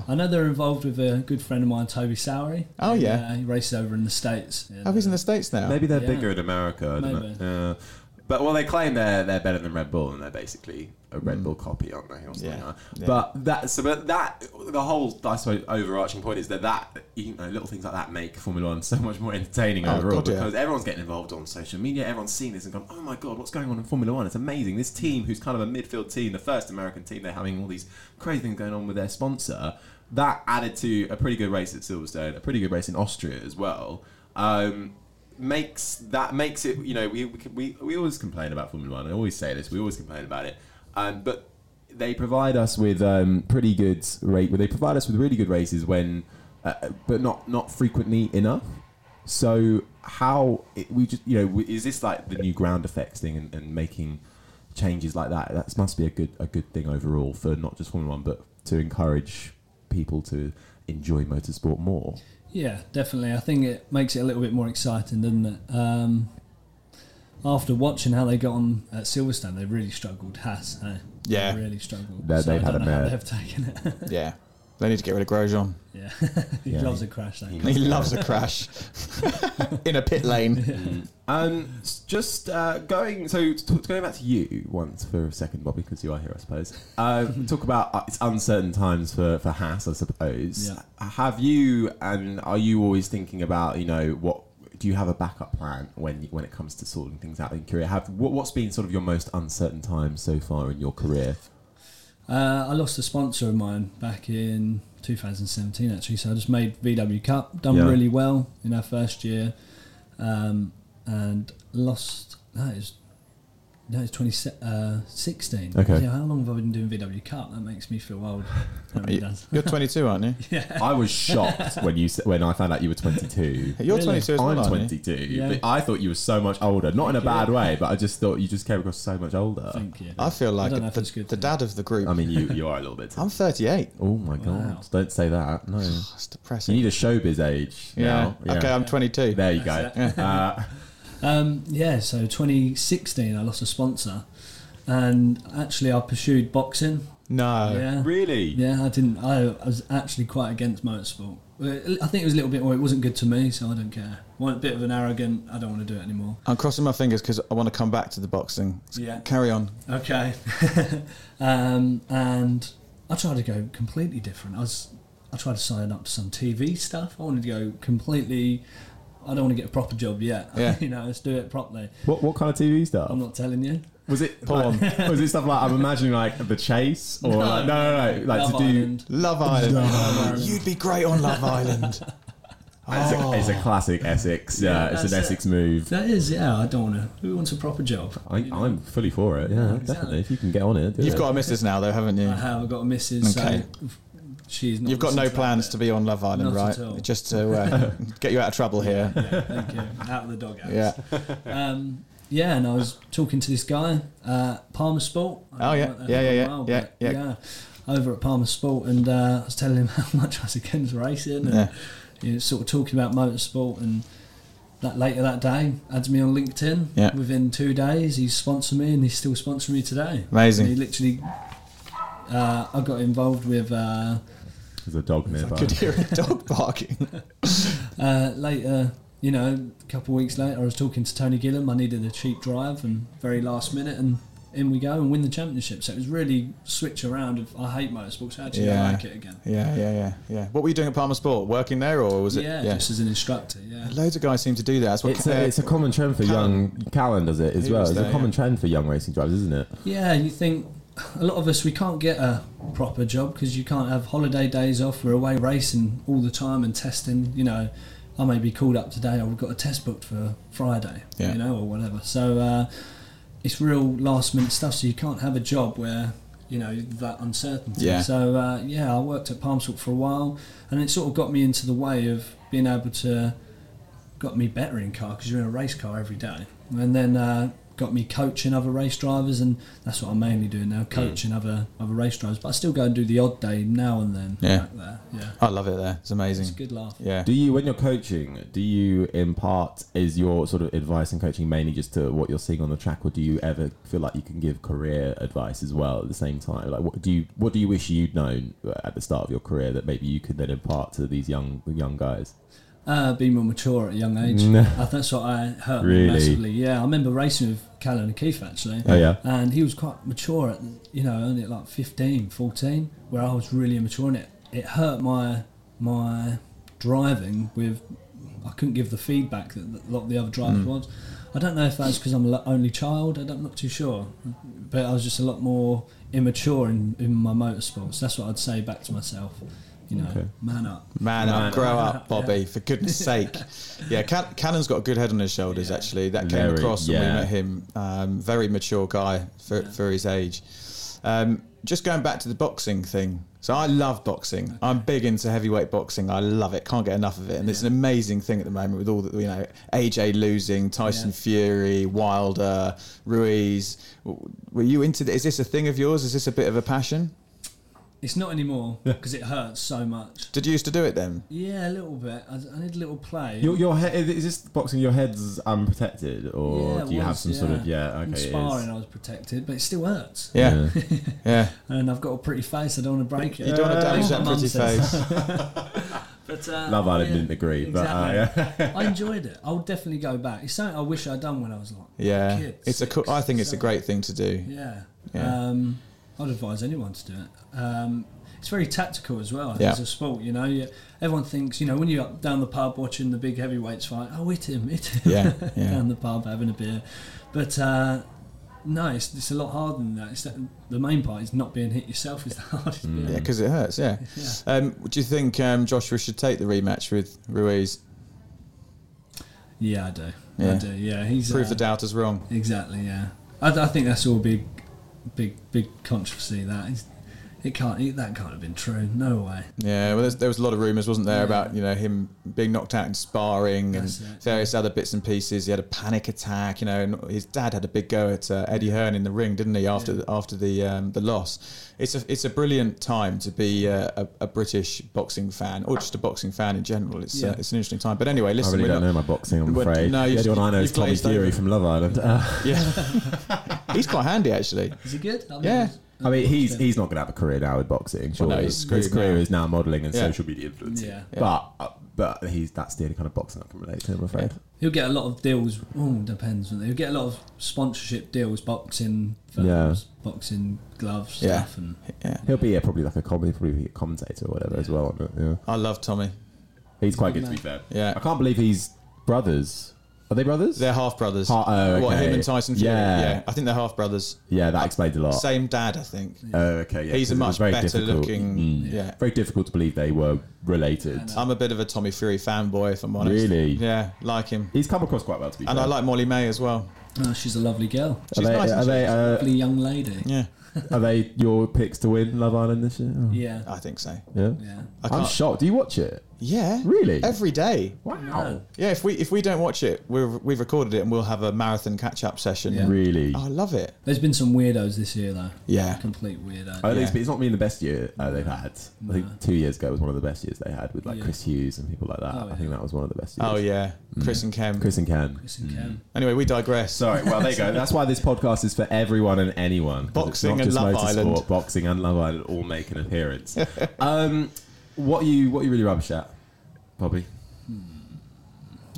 Speaker 4: I know they're involved with a good friend of mine, Toby Sowery. uh,
Speaker 2: Oh, yeah.
Speaker 4: he races over in the states. And,
Speaker 2: Oh, he's in the
Speaker 4: uh,
Speaker 2: states now.
Speaker 3: Maybe they're
Speaker 4: Yeah.
Speaker 3: bigger in America. I don't
Speaker 4: Maybe.
Speaker 3: know. Uh, but well, they claim they're they're better than Red Bull, and they're basically a Red Bull copy, aren't they? Or something
Speaker 2: Mm. Yeah.
Speaker 3: like that.
Speaker 2: Yeah.
Speaker 3: But that so but that the whole I suppose overarching point is that that you know, little things like that make Formula One so much more entertaining
Speaker 2: Oh,
Speaker 3: overall
Speaker 2: God, yeah.
Speaker 3: because everyone's getting involved on social media. Everyone's seen this and gone, oh my god, what's going on in Formula One? It's amazing. This team, who's kind of a midfield team, the first American team, they're having all these crazy things going on with their sponsor. That added to a pretty good race at Silverstone, a pretty good race in Austria as well. Um, makes that makes it you know we we, can- we we always complain about Formula One. I always say this. We always complain about it, um, but they provide us with um, pretty good rate. They provide us with really good races when, uh, but not not frequently enough. So how it, we just you know we- is this like the new ground effects thing and, and making changes like that? That must be a good a good thing overall for not just Formula One, but to encourage people to enjoy motorsport more.
Speaker 4: yeah, definitely. I think it makes it a little bit more exciting, doesn't it? Um, after watching how they got on at Silverstone, they really struggled. Has eh? They
Speaker 2: Yeah.
Speaker 4: really struggled.
Speaker 3: They-
Speaker 4: so
Speaker 3: they've
Speaker 4: I
Speaker 3: had
Speaker 4: don't
Speaker 3: a
Speaker 4: know how
Speaker 3: mare.
Speaker 4: they've taken it.
Speaker 2: Yeah. They need to get rid of Grosjean.
Speaker 4: yeah, he
Speaker 3: Yeah.
Speaker 4: loves a crash. That guy.
Speaker 2: He loves a crash in a pit lane.
Speaker 3: Um, s- just uh, going so t- going back to you once for a second, Bobby, because you are here, I suppose. Uh, talk about uh, it's uncertain times for for Haas, I suppose.
Speaker 4: Yeah.
Speaker 3: Have you and are you always thinking about you know what? Do you have a backup plan when you- when it comes to sorting things out in career? Have what, what's been sort of your most uncertain time so far in your career?
Speaker 4: Uh, I lost a sponsor of mine back in 2017, actually. So I just made VW Cup, done
Speaker 3: Yeah.
Speaker 4: really well in our first year, um, and lost. No, it was, no, it's 2016.
Speaker 3: Okay.
Speaker 4: uh, Yeah, how long have I been doing VW Cup? That makes me feel old. That really does.
Speaker 2: You're 22, aren't you?
Speaker 3: I was shocked when you s- when I found out you were 22.
Speaker 2: You're
Speaker 4: Really?
Speaker 2: 22 as well,
Speaker 3: I'm
Speaker 2: aren't you?
Speaker 3: 22.
Speaker 4: Yeah.
Speaker 3: but I thought you were so much older, not in a
Speaker 4: Thank you.
Speaker 3: bad way, but I just thought you just came across so much older.
Speaker 4: Thank you.
Speaker 2: I feel like
Speaker 4: don't know if
Speaker 2: the,
Speaker 4: it's good
Speaker 2: the
Speaker 4: to-
Speaker 2: dad of the group.
Speaker 3: I mean, you you are a little bit.
Speaker 2: I'm 38.
Speaker 3: Oh my
Speaker 4: Wow.
Speaker 3: god! Don't say that. No, you
Speaker 2: That's depressing.
Speaker 3: need a showbiz age.
Speaker 2: yeah.
Speaker 3: now.
Speaker 2: Okay, I'm 22.
Speaker 3: There you go. Uh,
Speaker 4: Um, yeah, so 2016, I lost a sponsor, and actually, I pursued boxing.
Speaker 2: No.
Speaker 4: Yeah.
Speaker 3: really?
Speaker 4: Yeah, I didn't. I, I was actually quite against motorsport. Well, I think it was a little bit. Well, it wasn't good to me, so I don't care. One bit of an arrogant. I don't want to do it anymore.
Speaker 2: I'm crossing my fingers because I want to come back to the boxing. So
Speaker 4: Yeah.
Speaker 2: Carry on.
Speaker 4: Okay. um, and I tried to go completely different. I was. I tried to sign up to some TV stuff. I wanted to go completely. I don't want to get a proper job yet.
Speaker 2: Yeah.
Speaker 4: you know, let's do it properly.
Speaker 3: What what kind of TV stuff?
Speaker 4: I'm not telling you.
Speaker 3: was it
Speaker 2: Porn.
Speaker 3: like- was it stuff like I'm imagining like The Chase or
Speaker 4: No.
Speaker 3: like Oh, no no no like
Speaker 4: Love
Speaker 3: to do.
Speaker 4: Island.
Speaker 2: Love Island.
Speaker 4: Island.
Speaker 2: You'd be great on Love Island.
Speaker 3: It's, a, it's a classic Essex. Yeah,
Speaker 4: Yeah,
Speaker 3: it's an
Speaker 4: that's it.
Speaker 3: Essex move.
Speaker 4: That is, yeah. I don't want to. Who wants a proper job?
Speaker 3: I, I'm fully for it. Yeah, definitely. If you can get on it, do
Speaker 2: You've
Speaker 3: it.
Speaker 2: got a missus now, though, haven't you?
Speaker 4: I have. I've got a missus.
Speaker 2: Okay.
Speaker 4: So uh, she's not.
Speaker 2: You've got no
Speaker 4: listening to that
Speaker 2: plans
Speaker 4: bit.
Speaker 2: to be on Love Island,
Speaker 4: Not
Speaker 2: right?
Speaker 4: at all.
Speaker 2: Just to uh, get you out of trouble here.
Speaker 4: yeah, thank you. Out of the dog house.
Speaker 2: Yeah.
Speaker 4: Um, yeah, and I was talking to this guy, uh, Palmer Sport. I
Speaker 2: Oh,
Speaker 4: don't
Speaker 2: yeah.
Speaker 4: know that
Speaker 2: Yeah, yeah,
Speaker 4: name
Speaker 2: yeah.
Speaker 4: well,
Speaker 2: Yeah,
Speaker 4: but
Speaker 2: yeah.
Speaker 4: Over at Palmer Sport, and uh, I was telling him how much I was against racing, and
Speaker 2: Yeah.
Speaker 4: you know, sort of talking about motorsport. And that later that day, adds me on LinkedIn.
Speaker 2: Yeah.
Speaker 4: Within two days, he's sponsored me, and he's still sponsoring me today.
Speaker 2: Amazing.
Speaker 4: And he literally, uh, I got involved with. Uh,
Speaker 3: There's a dog nearby.
Speaker 2: Could hear a dog barking.
Speaker 4: uh, later, you know, a couple of weeks later, I was talking to Tony Gillam. I needed a cheap drive and very last minute, and in we go and win the championship. So it was really switch around of I hate motorsports. Actually,
Speaker 2: Yeah.
Speaker 4: I like it again.
Speaker 2: Yeah, yeah, yeah, yeah. What were you doing at Palmer Sport? Working there, or was it?
Speaker 4: yeah, just as an instructor. Yeah.
Speaker 2: Loads of guys seem to do that. That's what
Speaker 3: It's a, it's a common trend for young. Callan does it as
Speaker 2: He
Speaker 3: well.
Speaker 2: was
Speaker 3: It's
Speaker 2: there,
Speaker 3: a common
Speaker 2: yeah.
Speaker 3: trend for young racing drivers, isn't it?
Speaker 4: Yeah, you think a lot of us we can't get a proper job because you can't have holiday days off. We're away racing all the time and testing. You know, I may be called up today. or we've got a test booked for Friday.
Speaker 2: Yeah.
Speaker 4: You know, or whatever. So uh, it's real last minute stuff. So you can't have a job where you know that uncertainty.
Speaker 2: Yeah.
Speaker 4: So uh, yeah, I worked at Palmsort for a while, and it sort of got me into the way of being able to got me better in car because you're in a race car every day, and then uh, got me coaching other race drivers, and that's what I'm mainly doing now, coaching other other race drivers. But I still go and do the odd day now and then.
Speaker 2: Yeah.
Speaker 4: back there. yeah,
Speaker 2: I love it there. It's amazing.
Speaker 4: it's a good laugh.
Speaker 2: Yeah.
Speaker 3: Do you, when you're coaching, do you impart is your sort of advice and coaching mainly just to what you're seeing on the track, or do you ever feel like you can give career advice as well at the same time? Like, what do you what do you wish you'd known at the start of your career that maybe you could then impart to these young young guys?
Speaker 4: Uh, be more mature at a young age.
Speaker 3: No.
Speaker 4: Uh, that's what I hurt me
Speaker 3: Really?
Speaker 4: massively. Yeah, I remember racing with Callan and Keith actually.
Speaker 3: Oh yeah,
Speaker 4: and he was quite mature at you know only at like 15 14 where i was really immature and it it hurt my my driving with i couldn't give the feedback that that a lot of the other drivers
Speaker 3: Mm.
Speaker 4: was i don't know if that's because i'm an only child I don't, i'm not too sure but i was just a lot more immature in, in my motorsports that's what i'd say back to myself you know
Speaker 3: Okay.
Speaker 4: man up
Speaker 2: Man, up,
Speaker 3: Man
Speaker 2: grow
Speaker 4: up.
Speaker 2: up, Bobby, for goodness sake. Yeah, Cal- Callum's got a good head on his shoulders,
Speaker 4: Yeah.
Speaker 2: actually. That came
Speaker 3: Very,
Speaker 2: across when we
Speaker 3: yeah.
Speaker 2: met him. Um, very mature guy for, for his age. Um, just going back to the boxing thing. So I love boxing. I'm big into heavyweight boxing. I love it. Can't get enough of it. And it's an amazing thing at the moment with all the, you know, AJ losing, Tyson
Speaker 4: Yeah.
Speaker 2: Fury, Wilder, Ruiz. W- Were you into th- Is this a thing of yours? Is this a bit of a passion?
Speaker 4: it's not anymore because it hurts so much
Speaker 2: Did you used to do it then?
Speaker 4: yeah a little bit i, I need a little play
Speaker 3: your your head is this boxing? Your head's unprotected, or
Speaker 4: Yeah,
Speaker 3: do you have
Speaker 4: was,
Speaker 3: some sort of yeah? Okay,
Speaker 4: in
Speaker 3: it is.
Speaker 4: sparring i was protected but it still hurts
Speaker 2: Yeah. yeah.
Speaker 4: and I've got a pretty face. I don't want to break it.
Speaker 2: You don't want to
Speaker 4: Uh,
Speaker 2: damage
Speaker 4: that's
Speaker 2: that
Speaker 4: what
Speaker 2: pretty
Speaker 4: Mum says.
Speaker 2: face.
Speaker 4: But, uh,
Speaker 3: Love Island
Speaker 4: yeah,
Speaker 3: didn't agree, but uh, yeah.
Speaker 4: exactly. I enjoyed it. I would definitely go back. It's something I wish I'd done when I was like,
Speaker 2: Yeah,
Speaker 4: Kids,
Speaker 2: it's a. Cool, I think it's a
Speaker 4: seven.
Speaker 2: great thing to do.
Speaker 4: yeah.
Speaker 2: Yeah.
Speaker 4: Um, I'd advise anyone to do it. Um, it's very tactical as well.
Speaker 2: Yeah.
Speaker 4: It's a sport, you know. You, everyone thinks, you know, when you're up down the pub watching the big heavyweights fight, oh, hit him, hit him.
Speaker 2: Yeah, yeah.
Speaker 4: down the pub having a beer. But uh, no, it's, it's a lot harder than that. It's that. The main part is not being hit yourself is the hardest bit.
Speaker 2: Mm. Yeah, because it hurts. Yeah.
Speaker 4: Yeah.
Speaker 2: Um, do you think um, Joshua should take the rematch with Ruiz?
Speaker 4: Yeah, I do. I
Speaker 2: Yeah.
Speaker 4: do. Yeah, he's
Speaker 2: Prove
Speaker 4: uh,
Speaker 2: the doubters wrong.
Speaker 4: Exactly. Yeah, I, I think that's all big, big, big controversy. That is, it can't. It, that can't have been true. No way.
Speaker 2: Yeah. Well, there's, there was a lot of rumours, wasn't there,
Speaker 4: Yeah.
Speaker 2: about you know him being knocked out in sparring
Speaker 4: That's
Speaker 2: and
Speaker 4: it.
Speaker 2: various other bits and pieces. He had a panic attack. You know, and his dad had a big go at uh, Eddie Hearn in the ring, didn't he? After the, after the um, the loss, it's a it's a brilliant time to be uh, a, a British boxing fan or just a boxing fan in general. It's uh,
Speaker 4: Yeah.
Speaker 2: it's an interesting time. But anyway,
Speaker 3: I
Speaker 2: listen,
Speaker 3: really
Speaker 2: we're
Speaker 3: don't
Speaker 2: not-
Speaker 3: know my boxing. I'm
Speaker 2: Well,
Speaker 3: afraid.
Speaker 2: no,
Speaker 3: the
Speaker 2: you've-
Speaker 3: only one I know
Speaker 2: you've
Speaker 3: is Tommy
Speaker 2: glazed over.
Speaker 3: Fury from Love Island.
Speaker 2: Yeah. he's quite handy actually.
Speaker 4: Is he good? I mean,
Speaker 2: Yeah.
Speaker 3: I mean, he's he's not going to have a career now with boxing. Sure,
Speaker 2: no, he's
Speaker 3: his
Speaker 2: screwed
Speaker 3: career
Speaker 2: now.
Speaker 3: is now modelling and
Speaker 2: Yeah.
Speaker 3: social media influencing.
Speaker 4: Yeah.
Speaker 3: But uh, but he's that's the only kind of boxing I can relate to. I'm afraid.
Speaker 4: He'll get a lot of deals. Oh, depends. won't he? He'll get a lot of sponsorship deals, boxing, films, boxing gloves,
Speaker 2: Yeah.
Speaker 4: stuff, and
Speaker 2: Yeah.
Speaker 3: He'll be yeah, probably like a comedy, probably be a commentator or whatever as well. on it, Yeah,
Speaker 2: I love Tommy.
Speaker 3: he's quite good to be fair.
Speaker 2: Yeah.
Speaker 3: I can't believe he's brothers. Are they brothers?
Speaker 2: They're half brothers.
Speaker 3: Ha- oh,
Speaker 2: What
Speaker 3: okay.
Speaker 2: him and Tyson Fury?
Speaker 3: Yeah. Oh.
Speaker 2: I think they're half brothers.
Speaker 3: yeah, that explains a lot.
Speaker 2: Same dad, I think.
Speaker 3: Oh, okay, yeah,
Speaker 2: He's a
Speaker 3: 'cause it
Speaker 2: much
Speaker 3: was very
Speaker 2: better
Speaker 3: difficult.
Speaker 2: looking.
Speaker 3: Mm.
Speaker 2: Yeah.
Speaker 3: Very difficult to believe they were related.
Speaker 2: I'm a bit of a Tommy Fury fanboy, if I'm honest.
Speaker 3: Really?
Speaker 2: Yeah, like him.
Speaker 3: He's come across quite well to be
Speaker 2: And
Speaker 3: fair.
Speaker 2: I like Molly May as well.
Speaker 4: oh, she's a lovely
Speaker 3: Are
Speaker 4: girl,
Speaker 2: She's
Speaker 3: they,
Speaker 2: nice.
Speaker 3: are
Speaker 2: isn't
Speaker 3: they, uh,
Speaker 4: lovely young lady.
Speaker 2: she? Yeah,
Speaker 3: Are they your picks to win Love Island this year? Oh.
Speaker 4: Yeah,
Speaker 2: I think so.
Speaker 3: Yeah.
Speaker 4: yeah.
Speaker 2: I
Speaker 3: I'm
Speaker 2: can't-
Speaker 3: shocked. Do you watch it?
Speaker 2: Yeah.
Speaker 3: Really?
Speaker 2: Every day.
Speaker 3: Wow.
Speaker 2: Yeah. If we if we don't watch it, we're, we've recorded it and we'll have a marathon catch up session.
Speaker 4: Yeah.
Speaker 3: Really?
Speaker 2: Oh, I love it.
Speaker 4: There's been some weirdos this year though.
Speaker 2: Yeah.
Speaker 4: complete weirdo.
Speaker 3: I think
Speaker 2: Yeah.
Speaker 3: it's, it's not been the best year uh, they've had. I think two years ago was one of the best years they had with like
Speaker 4: Yeah.
Speaker 3: Chris Hughes and people like that.
Speaker 4: Oh,
Speaker 3: I think
Speaker 4: yeah.
Speaker 3: that was one of the best years.
Speaker 2: Oh yeah. Chris and Kem.
Speaker 3: Mm. Chris and Ken.
Speaker 4: Chris and
Speaker 3: Mm.
Speaker 4: Ken.
Speaker 2: Anyway, we digress.
Speaker 3: Sorry. Well, there you go. That's why this podcast is for everyone and anyone. 'cause it's
Speaker 2: Boxing
Speaker 3: not
Speaker 2: and
Speaker 3: just
Speaker 2: Love
Speaker 3: motorsport,
Speaker 2: Island.
Speaker 3: Boxing and Love Island all make an appearance. um, what are you what are you really rubbish at, Bobby?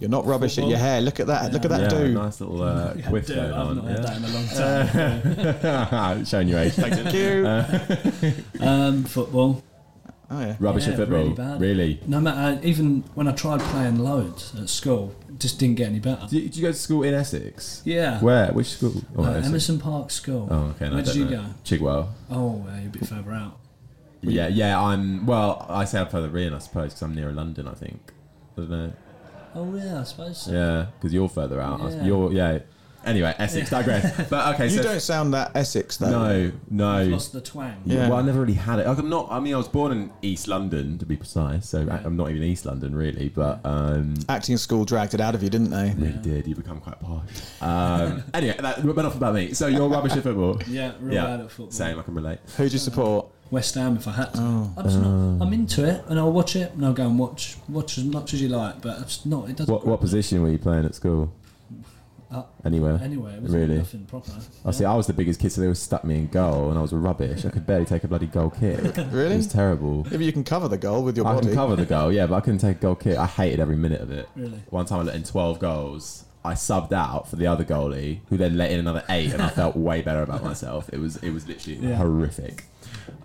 Speaker 2: You're not rubbish at your hair. Look at that. Look at that
Speaker 3: yeah,
Speaker 2: dude.
Speaker 3: nice little uh,
Speaker 4: Yeah,
Speaker 3: quiff
Speaker 4: dude,
Speaker 3: going
Speaker 4: I've not
Speaker 3: on.
Speaker 4: had that
Speaker 3: Yeah.
Speaker 4: in a long time.
Speaker 3: Showing your age.
Speaker 2: Thank you.
Speaker 3: Uh,
Speaker 4: um, football.
Speaker 2: oh yeah.
Speaker 3: Rubbish
Speaker 4: Yeah,
Speaker 3: at football.
Speaker 4: really bad.
Speaker 3: Really?
Speaker 4: No matter, even when I tried playing loads at school, just didn't get any better.
Speaker 3: Did you, did you go to school in Essex?
Speaker 4: Yeah.
Speaker 3: Where? Which school? Oh,
Speaker 4: Uh,
Speaker 3: Essex.
Speaker 4: Emerson Park School.
Speaker 3: Oh, okay. No,
Speaker 4: Where
Speaker 3: I
Speaker 4: did
Speaker 3: don't
Speaker 4: you
Speaker 3: know.
Speaker 4: go?
Speaker 3: Chigwell.
Speaker 4: Oh, yeah, you're a bit further out.
Speaker 3: Yeah, yeah. I'm well. I say I'm further in, I suppose, because I'm nearer London. I think. I don't know.
Speaker 4: Oh, yeah, I suppose so.
Speaker 3: Yeah, because you're further out. I-
Speaker 4: Yeah.
Speaker 3: You're yeah. Anyway, Essex. Digress. But okay,
Speaker 2: You
Speaker 3: so
Speaker 2: don't sound that Essex though.
Speaker 3: no, no.
Speaker 4: Lost the twang.
Speaker 2: Yeah.
Speaker 3: Well, I never really had it. Like, I'm not. I mean, I was born in East London, to be precise. So I'm not even East London, really. But um,
Speaker 2: Acting school dragged it out of you, didn't they?
Speaker 3: really did. You become quite posh. Um, anyway, that, but enough about me. So you're rubbish at football.
Speaker 4: Yeah, real bad at football.
Speaker 3: Same. I can relate.
Speaker 2: Who do you support?
Speaker 4: West Ham if I had to. I'm, just not, I'm into it and I'll watch it and I'll go and watch watch as much as you like, but it's not. It doesn't.
Speaker 3: What what position were you playing at school?
Speaker 4: Uh,
Speaker 3: Anywhere.
Speaker 4: Anyway, it was
Speaker 3: really.
Speaker 4: nothing proper.
Speaker 3: I see. I was the biggest kid, so they always stuck me in goal, and I was rubbish. I could barely take a bloody goal kick. It
Speaker 2: Really?
Speaker 3: was terrible.
Speaker 2: Maybe you can cover the goal with your
Speaker 3: I
Speaker 2: body.
Speaker 3: can cover the goal, yeah, but I couldn't take a goal kick. I hated every minute of it.
Speaker 4: Really?
Speaker 3: One time I let in 12 goals. I subbed out for the other goalie, who then let in another eight, and I felt way better about myself. It was it was literally
Speaker 4: Yeah.
Speaker 3: horrific.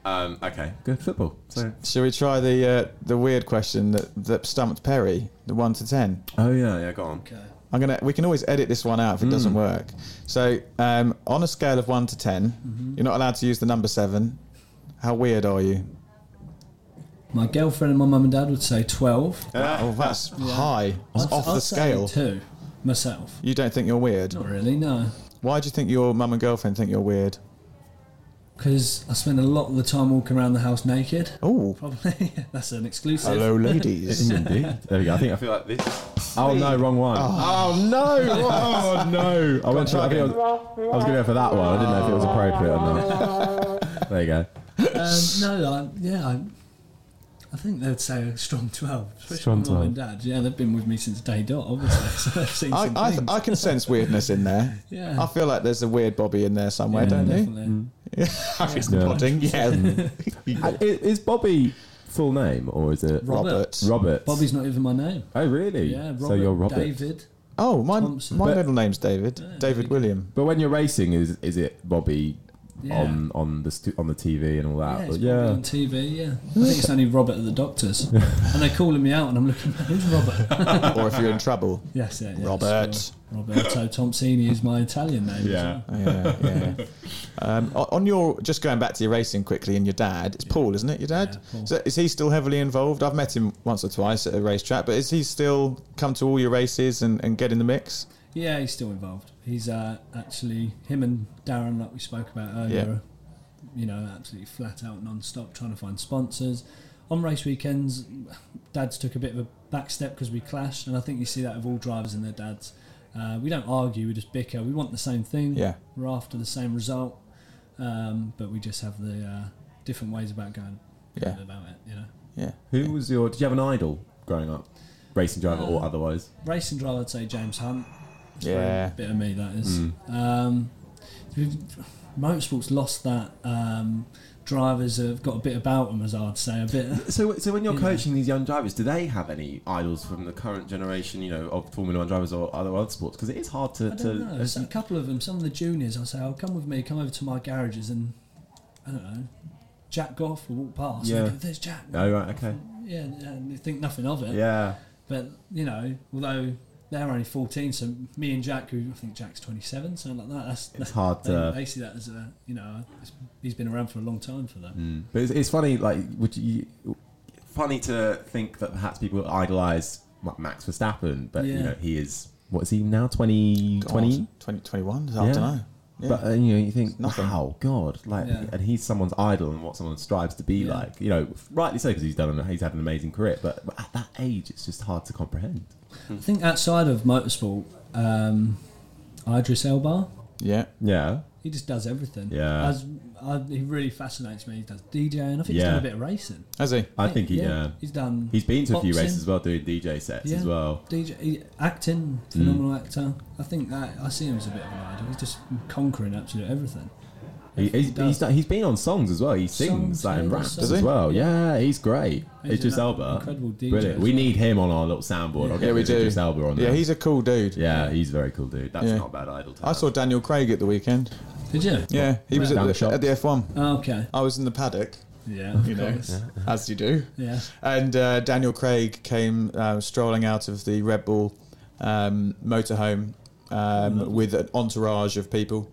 Speaker 3: Um, okay, good football. So,
Speaker 2: Shall we try the uh, the weird question that, that stumped Perry, the one to ten?
Speaker 3: oh yeah, yeah, go on.
Speaker 4: Okay.
Speaker 2: I'm gonna. We can always edit this one out if it
Speaker 4: Hmm.
Speaker 2: doesn't work. So, um, on a scale of one to 10
Speaker 4: Mm-hmm.
Speaker 2: you you're not allowed to use the number seven. How weird are you?
Speaker 4: My girlfriend and my mum and dad would say 12.
Speaker 2: oh, that's high. It's
Speaker 4: I'd-
Speaker 2: off
Speaker 4: I'd
Speaker 2: the
Speaker 4: say
Speaker 2: scale.
Speaker 4: Two. Myself.
Speaker 2: You don't think you're weird?
Speaker 4: Not really, no.
Speaker 2: Why do you think your mum and girlfriend think you're weird?
Speaker 4: Because I spend a lot of the time walking around the house naked.
Speaker 2: Oh,
Speaker 4: Probably. That's an exclusive.
Speaker 2: hello, ladies.
Speaker 3: Indeed. There we go. I think I feel like this. Oh no, wrong one. Oh, no! Oh no! I went. For, I, think I, was, I was going to go for that one. I didn't know if it was appropriate or not. there you go.
Speaker 4: Um, no, I, yeah, I, I think they'd say a strong 12. Especially
Speaker 3: Strong
Speaker 4: my mum and dad. Yeah, they've been with me since day dot, obviously. So they've seen
Speaker 2: I,
Speaker 4: some
Speaker 2: I,
Speaker 4: things.
Speaker 2: I can sense weirdness in there.
Speaker 4: Yeah.
Speaker 2: I feel like there's a weird Bobby in there somewhere, don't you?
Speaker 4: Definitely.
Speaker 2: It's
Speaker 3: Yeah.
Speaker 2: nodding. Yeah.
Speaker 3: Uh, i- Is Bobby full name or is it
Speaker 4: Robert.
Speaker 2: Robert.
Speaker 3: Robert?
Speaker 4: Bobby's not even my name.
Speaker 3: Oh really?
Speaker 4: Yeah, Robert,
Speaker 3: so you're Robert.
Speaker 4: David.
Speaker 2: Oh, my
Speaker 4: Thompson.
Speaker 2: my
Speaker 3: But-
Speaker 2: middle name's David. David William.
Speaker 3: But when you're racing, is is it Bobby
Speaker 4: Yeah.
Speaker 3: on on the stu- on the TV and all
Speaker 4: Yeah,
Speaker 3: that?
Speaker 4: it's
Speaker 3: But
Speaker 4: Bobby on TV, yeah. I think it's only Robert at the doctor's. and they're calling me out and I'm looking, who's Robert?
Speaker 2: or if you're in trouble,
Speaker 4: yes, yeah, yeah,
Speaker 2: Robert.
Speaker 4: sure. Roberto Tomsini is my Italian name.
Speaker 3: yeah.
Speaker 2: Oh, yeah, yeah. Um, o- on your just going back to your racing quickly and your dad, it's Paul, isn't it? Your dad.
Speaker 4: Yeah, Paul.
Speaker 2: So is he still heavily involved? I've met him once or twice at a racetrack, but is he still come to all your races and, and get in the mix?
Speaker 4: Yeah, he's still involved. He's uh, actually him and Darren, like we spoke about earlier. You know, absolutely flat out non-stop trying to find sponsors. On race weekends, dads took a bit of a back step because we clashed, and I think you see that of all drivers and their dads. Uh, we don't argue; we just bicker. We want the same thing.
Speaker 2: Yeah.
Speaker 4: we're after the same result, um, but we just have the uh, different ways about going
Speaker 2: Yeah.
Speaker 4: about it. You know,
Speaker 2: Yeah.
Speaker 3: Who was your? Did you have an idol growing up? Racing driver or otherwise?
Speaker 4: racing driver, I'd say James Hunt.
Speaker 2: Yeah.
Speaker 4: bit of me that is.
Speaker 3: Mm.
Speaker 4: Um, we've- motorsports lost that. Um, drivers have got a bit about them, as I'd say, a bit.
Speaker 3: So, so when you're coaching these young drivers, do they have any idols from the current generation, you know, of Formula One drivers or other world sports? Because it is hard to.
Speaker 4: I
Speaker 3: to
Speaker 4: don't know. So a couple of them, some of the juniors, I say, "Oh, come with me, come over to my garages," and I don't know. Jack Goff will walk past. Yeah.
Speaker 3: Yeah.
Speaker 4: And go, There's Jack.
Speaker 3: Oh right, okay.
Speaker 4: Yeah, and they think nothing of it.
Speaker 3: Yeah,
Speaker 4: But you know, although they're only 14, so me and Jack, who I think Jack's 27, something like that. That's
Speaker 3: It's hard uh, to-
Speaker 4: they, They see that as a, you know, it's- he's been around for a long time for them.
Speaker 3: mm. but it's, it's funny. Like, would you? Funny to think that perhaps people idolise Ma- Max Verstappen, but you
Speaker 4: Yeah.
Speaker 3: know he is. What is he now? 20, 20?
Speaker 2: 20, 21? I don't know. Yeah.
Speaker 3: But uh, you know, you think,
Speaker 2: Nothing.
Speaker 3: wow, God, like,
Speaker 4: Yeah.
Speaker 3: and he's someone's idol and what someone strives to be
Speaker 4: Yeah.
Speaker 3: like. You know, rightly so because he's done, an- he's had an amazing career. But, but at that age, it's just hard to comprehend.
Speaker 4: I think outside of motorsport, um, Idris Elba,
Speaker 2: yeah.
Speaker 3: Yeah,
Speaker 4: he just does everything.
Speaker 3: Yeah.
Speaker 4: As, I, he really fascinates me. He does DJing. I think he's
Speaker 3: Yeah.
Speaker 4: done a bit of racing.
Speaker 2: Has he?
Speaker 3: I think he. Yeah.
Speaker 4: He's done.
Speaker 3: He's been to a few
Speaker 4: boxing,
Speaker 3: races as well, doing DJ sets
Speaker 4: Yeah.
Speaker 3: as well. Mm.
Speaker 4: DJ he- acting, phenomenal actor. I think that I see him as a bit of an idol. He's just conquering absolutely everything.
Speaker 3: He,
Speaker 4: Definitely
Speaker 3: he's, he's,
Speaker 4: does.
Speaker 3: he's been on songs as well. He sings
Speaker 4: Songs,
Speaker 3: like and
Speaker 4: yeah,
Speaker 3: raps
Speaker 4: does
Speaker 3: as
Speaker 2: he?
Speaker 3: well. Yeah, he's great.
Speaker 4: He's
Speaker 3: Idris
Speaker 4: an
Speaker 3: Elba,
Speaker 4: incredible DJ
Speaker 3: brilliant.
Speaker 4: as
Speaker 3: We
Speaker 4: well.
Speaker 3: need him on our little soundboard. I'll get
Speaker 2: Yeah, we
Speaker 3: rid
Speaker 2: do.
Speaker 3: of Idris Elba on
Speaker 2: yeah,
Speaker 3: there.
Speaker 2: he's a cool dude.
Speaker 3: yeah, he's a very cool dude. That's
Speaker 2: Yeah.
Speaker 3: not a bad idol. To
Speaker 2: I
Speaker 3: have.
Speaker 2: saw Daniel Craig at the weekend.
Speaker 4: Did you? Oh,
Speaker 2: Yeah, he was at
Speaker 3: Down
Speaker 2: the,
Speaker 3: shops.
Speaker 2: at the F1.
Speaker 4: Okay.
Speaker 2: I was in the paddock,
Speaker 4: Yeah. Of
Speaker 2: you know,
Speaker 4: course.
Speaker 2: as you do.
Speaker 4: Yeah.
Speaker 2: And uh, Daniel Craig came uh, strolling out of the Red Bull um, motorhome um, with an entourage of people.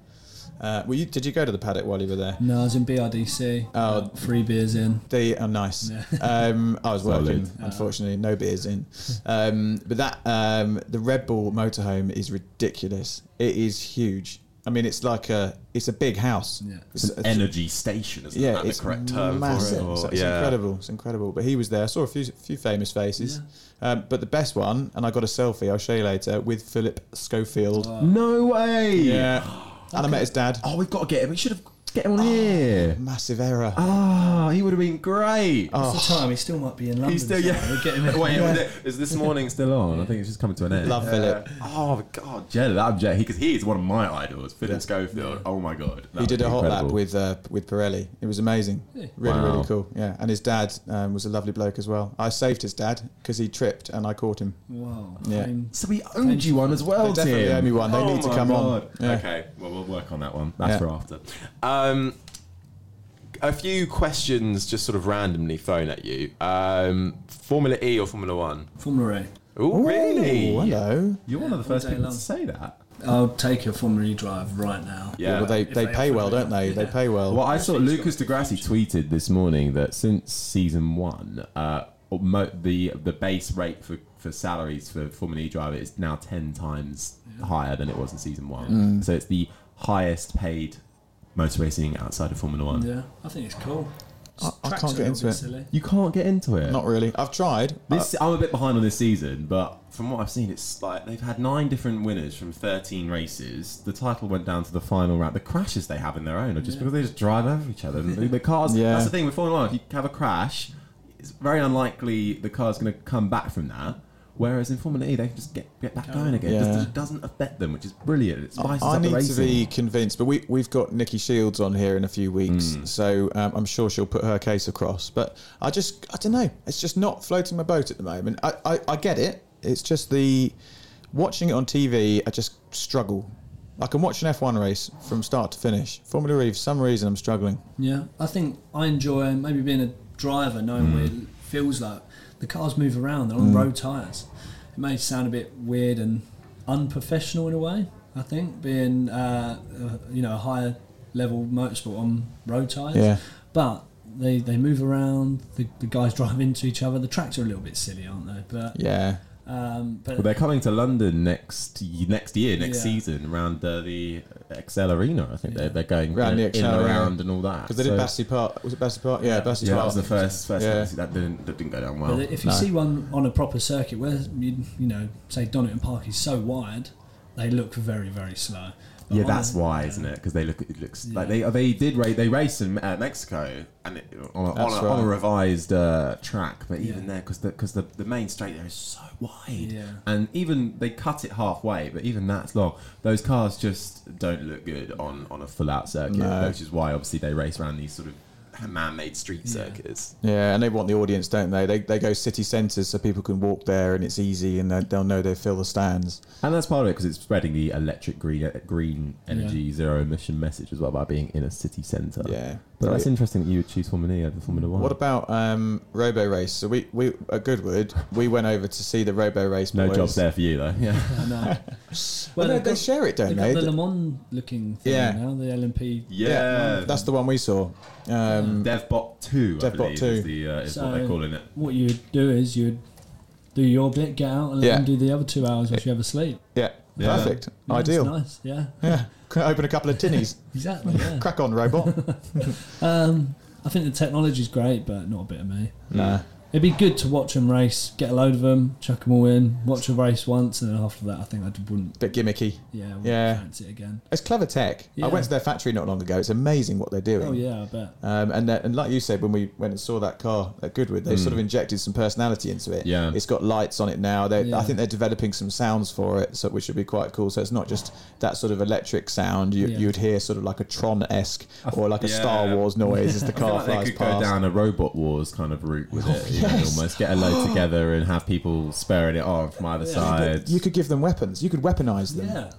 Speaker 2: Uh, were you, did you go to the paddock while you were there?
Speaker 4: No, I was in BRDC.
Speaker 2: Oh.
Speaker 4: three beers in.
Speaker 2: They are nice. Um, I was
Speaker 3: Solid.
Speaker 2: working, unfortunately, no beers in. Um, but that um, the Red Bull motorhome is ridiculous. It is huge. I mean, it's like a it's a big house.
Speaker 4: Yeah.
Speaker 2: It's a-
Speaker 3: energy station. Isn't
Speaker 2: yeah,
Speaker 3: that
Speaker 2: it's
Speaker 1: the correct term for it,
Speaker 2: massive.
Speaker 1: or-
Speaker 2: So it's
Speaker 1: yeah.
Speaker 2: incredible. It's incredible. But he was there. I saw a few few famous faces, um, but the best one, and I got a selfie. I'll show you later with Philip Schofield.
Speaker 1: Oh.
Speaker 3: No way.
Speaker 2: yeah, Ah. and I met his dad.
Speaker 3: Oh, we've got to get him. We should have get him on here.
Speaker 2: Massive error.
Speaker 1: Oh.
Speaker 3: Ah, he would have been great.
Speaker 2: Ah,
Speaker 4: What's the time? He still might be in London.
Speaker 3: Oh. He's still yeah.
Speaker 4: somewhere. Get him in.
Speaker 3: Wait, is this morning still on? I think it's just coming to an end.
Speaker 2: Love Philip.
Speaker 3: Oh God, Jed, I'm Jed because he is one of my idols, Philip Schofield. Oh my God,
Speaker 2: He did a hot lap with uh, with Pirelli. It was amazing. Really,
Speaker 3: Wow.
Speaker 2: really cool. Yeah, and his dad um, was a lovely bloke as well. I saved his dad because he tripped and I caught him.
Speaker 4: Wow.
Speaker 2: Yeah.
Speaker 4: Fine.
Speaker 3: So we owned you one as well,
Speaker 2: They definitely
Speaker 3: Tim.
Speaker 2: owe me one. They
Speaker 3: Oh
Speaker 2: need to
Speaker 3: my
Speaker 2: come on.
Speaker 3: God.
Speaker 2: Yeah.
Speaker 3: Okay, well we'll work on that one. That's
Speaker 2: Yeah.
Speaker 3: for after.
Speaker 1: Um, a few questions just sort of randomly thrown at you. Um, Formula E or Formula One?
Speaker 4: Formula E. A.
Speaker 1: Oh, really?
Speaker 2: Ooh, hello.
Speaker 3: You're one of the first
Speaker 4: day
Speaker 3: people
Speaker 4: long.
Speaker 3: to say that.
Speaker 4: I'll take a Formula E drive right now.
Speaker 1: Yeah.
Speaker 2: well, they, they
Speaker 4: they
Speaker 2: pay
Speaker 4: offer
Speaker 2: well,
Speaker 4: me.
Speaker 2: don't they? They
Speaker 4: Yeah.
Speaker 2: pay well.
Speaker 3: Well, I saw Lucas Degrassi tweeted this morning that since season one, uh, mo- the the base rate for, for salaries for Formula E driver is now ten times higher than it was in season one. So it's the highest paid motor racing outside of Formula One.
Speaker 4: Yeah. I think it's cool.
Speaker 2: I- I can't
Speaker 4: Tracks are
Speaker 2: get
Speaker 4: a
Speaker 2: into
Speaker 4: bit
Speaker 2: it.
Speaker 4: Silly.
Speaker 3: You can't get into it.
Speaker 2: Not really. I've tried.
Speaker 3: this, I'm a bit behind on this season, but from what I've seen, it's like they've had nine different winners from 13 races. The title went down to the final round. The crashes they have in their own are just because they just drive over each other. The, the cars.
Speaker 2: Yeah.
Speaker 3: That's the thing with Formula One. If you have a crash, it's very unlikely the car's going to come back from that. Whereas in Formula E, they can just get, get back going again. It,
Speaker 2: Yeah.
Speaker 3: just, it doesn't affect them, which is brilliant. It spices
Speaker 2: I
Speaker 3: up
Speaker 2: need
Speaker 3: the
Speaker 2: to
Speaker 3: racing.
Speaker 2: be convinced, but we, we've got Nikki Shields on here in a few weeks,
Speaker 3: Hmm.
Speaker 2: so um, I'm sure she'll put her case across. But I just, I don't know. It's just not floating my boat at the moment. I, I, I get it. It's just the watching it on TV, I just struggle. I can watch an F1 race from start to finish. Formula E, for some reason, I'm struggling.
Speaker 4: Yeah, I think I enjoy maybe being a driver, knowing what it feels like. The cars move around; they're on road tires. It may sound a bit weird and unprofessional in a way. I think being uh, uh, you know a higher level motorsport on road tires.
Speaker 2: Yeah.
Speaker 4: but they, they move around. The, the guys drive into each other. The tracks are a little bit silly, aren't they? But
Speaker 2: Yeah.
Speaker 4: um, but
Speaker 3: Well, they're coming to London next y- next year, next
Speaker 4: Yeah.
Speaker 3: season, around uh, the XL Arena. I think they're, they're going
Speaker 2: Around
Speaker 3: in,
Speaker 2: the
Speaker 3: in
Speaker 2: XL
Speaker 3: and
Speaker 2: Arena.
Speaker 3: around and all that.
Speaker 2: Because they did
Speaker 3: So-
Speaker 2: Battersea Park. Was it Battersea Park? Yeah, Battersea
Speaker 3: Yeah, that
Speaker 2: Park.
Speaker 3: was the first first
Speaker 2: Yeah.
Speaker 3: one. that didn't that didn't go down well.
Speaker 4: But if you
Speaker 2: No.
Speaker 4: see one on a proper circuit where you, you know, say Donington Park is so wide, they look very very slow. But
Speaker 3: yeah,
Speaker 4: on
Speaker 3: that's
Speaker 4: a-
Speaker 3: why, isn't it? Because they look it looks like they they did race they raced in uh, Mexico and it, on, a, on,
Speaker 2: That's
Speaker 3: a, on a
Speaker 2: right.
Speaker 3: revised uh, track, but even
Speaker 4: Yeah.
Speaker 3: there because because the, the main straight there is so wide,
Speaker 4: Yeah.
Speaker 3: and even they cut it halfway, but even that's long. Those cars just don't look good on on a full out circuit,
Speaker 2: No.
Speaker 3: which is why obviously they race around these sort of man made street circuits.
Speaker 2: Yeah, and they want the audience, don't they? They, they go city centres so people can walk there and it's easy and they- they'll know they fill the stands.
Speaker 3: And that's part of it because it's spreading the electric green green energy
Speaker 4: Yeah.
Speaker 3: zero emission message as well by being in a city centre.
Speaker 2: Yeah.
Speaker 3: but that's interesting that you would choose Formula E over Formula One.
Speaker 2: What about um, Robo Race? So we, we at Goodwood we went over to see the Robo Race.
Speaker 3: no
Speaker 2: boys.
Speaker 3: jobs there for you though. Yeah,
Speaker 4: I know.
Speaker 2: Well,
Speaker 4: well,
Speaker 2: no,
Speaker 4: they've
Speaker 2: they
Speaker 4: got,
Speaker 2: share it, don't they?
Speaker 4: they've got the Le Mans looking thing
Speaker 2: Yeah.
Speaker 4: now, the LMP.
Speaker 2: Yeah, that's the one we saw. Um,
Speaker 3: um, DevBot Two. I
Speaker 2: DevBot
Speaker 3: believe, is,
Speaker 2: 2.
Speaker 3: the, uh, is what
Speaker 4: So-
Speaker 3: they're calling it.
Speaker 4: What you would do is you'd do your bit, get out, and let
Speaker 2: Yeah.
Speaker 4: them do the other two hours while you have a sleep.
Speaker 2: yeah,
Speaker 3: Yeah.
Speaker 2: perfect,
Speaker 4: Yeah, it's
Speaker 2: ideal.
Speaker 4: Nice. Yeah.
Speaker 2: Yeah, Can I open a couple of tinnies.
Speaker 4: Exactly. Yeah.
Speaker 2: Crack on, robot.
Speaker 4: um, I think the technology's great, but not a bit of me.
Speaker 2: nah,
Speaker 4: It'd be good to watch them race, get a load of them, chuck them all in, watch a race once, and then after that, I think I wouldn't.
Speaker 2: Bit gimmicky.
Speaker 4: Yeah, wouldn't
Speaker 2: Yeah.
Speaker 4: fancy it again.
Speaker 2: It's clever tech.
Speaker 4: Yeah.
Speaker 2: I went to their factory not long ago. It's amazing what they're doing.
Speaker 4: Oh yeah, I bet.
Speaker 2: Um, and that, and like you said, when we went and saw that car at Goodwood, they sort of injected some personality into it.
Speaker 3: Mm. Yeah.
Speaker 2: it's got lights on it now. They,
Speaker 4: Yeah.
Speaker 2: I think they're developing some sounds for it, so which should be quite cool. So it's not just that sort of electric sound you,
Speaker 4: Yeah.
Speaker 2: you'd hear, sort of like a Tron esque or like a
Speaker 3: yeah.
Speaker 2: Star Wars noise as the
Speaker 3: I feel
Speaker 2: car
Speaker 3: like
Speaker 2: flies
Speaker 3: they could
Speaker 2: past.
Speaker 3: go down a robot wars kind of route with it, you know,
Speaker 2: yes.
Speaker 3: almost get a load together and have people sparing it on from either side.
Speaker 2: You could give them weapons. You could weaponize them.
Speaker 4: Yeah,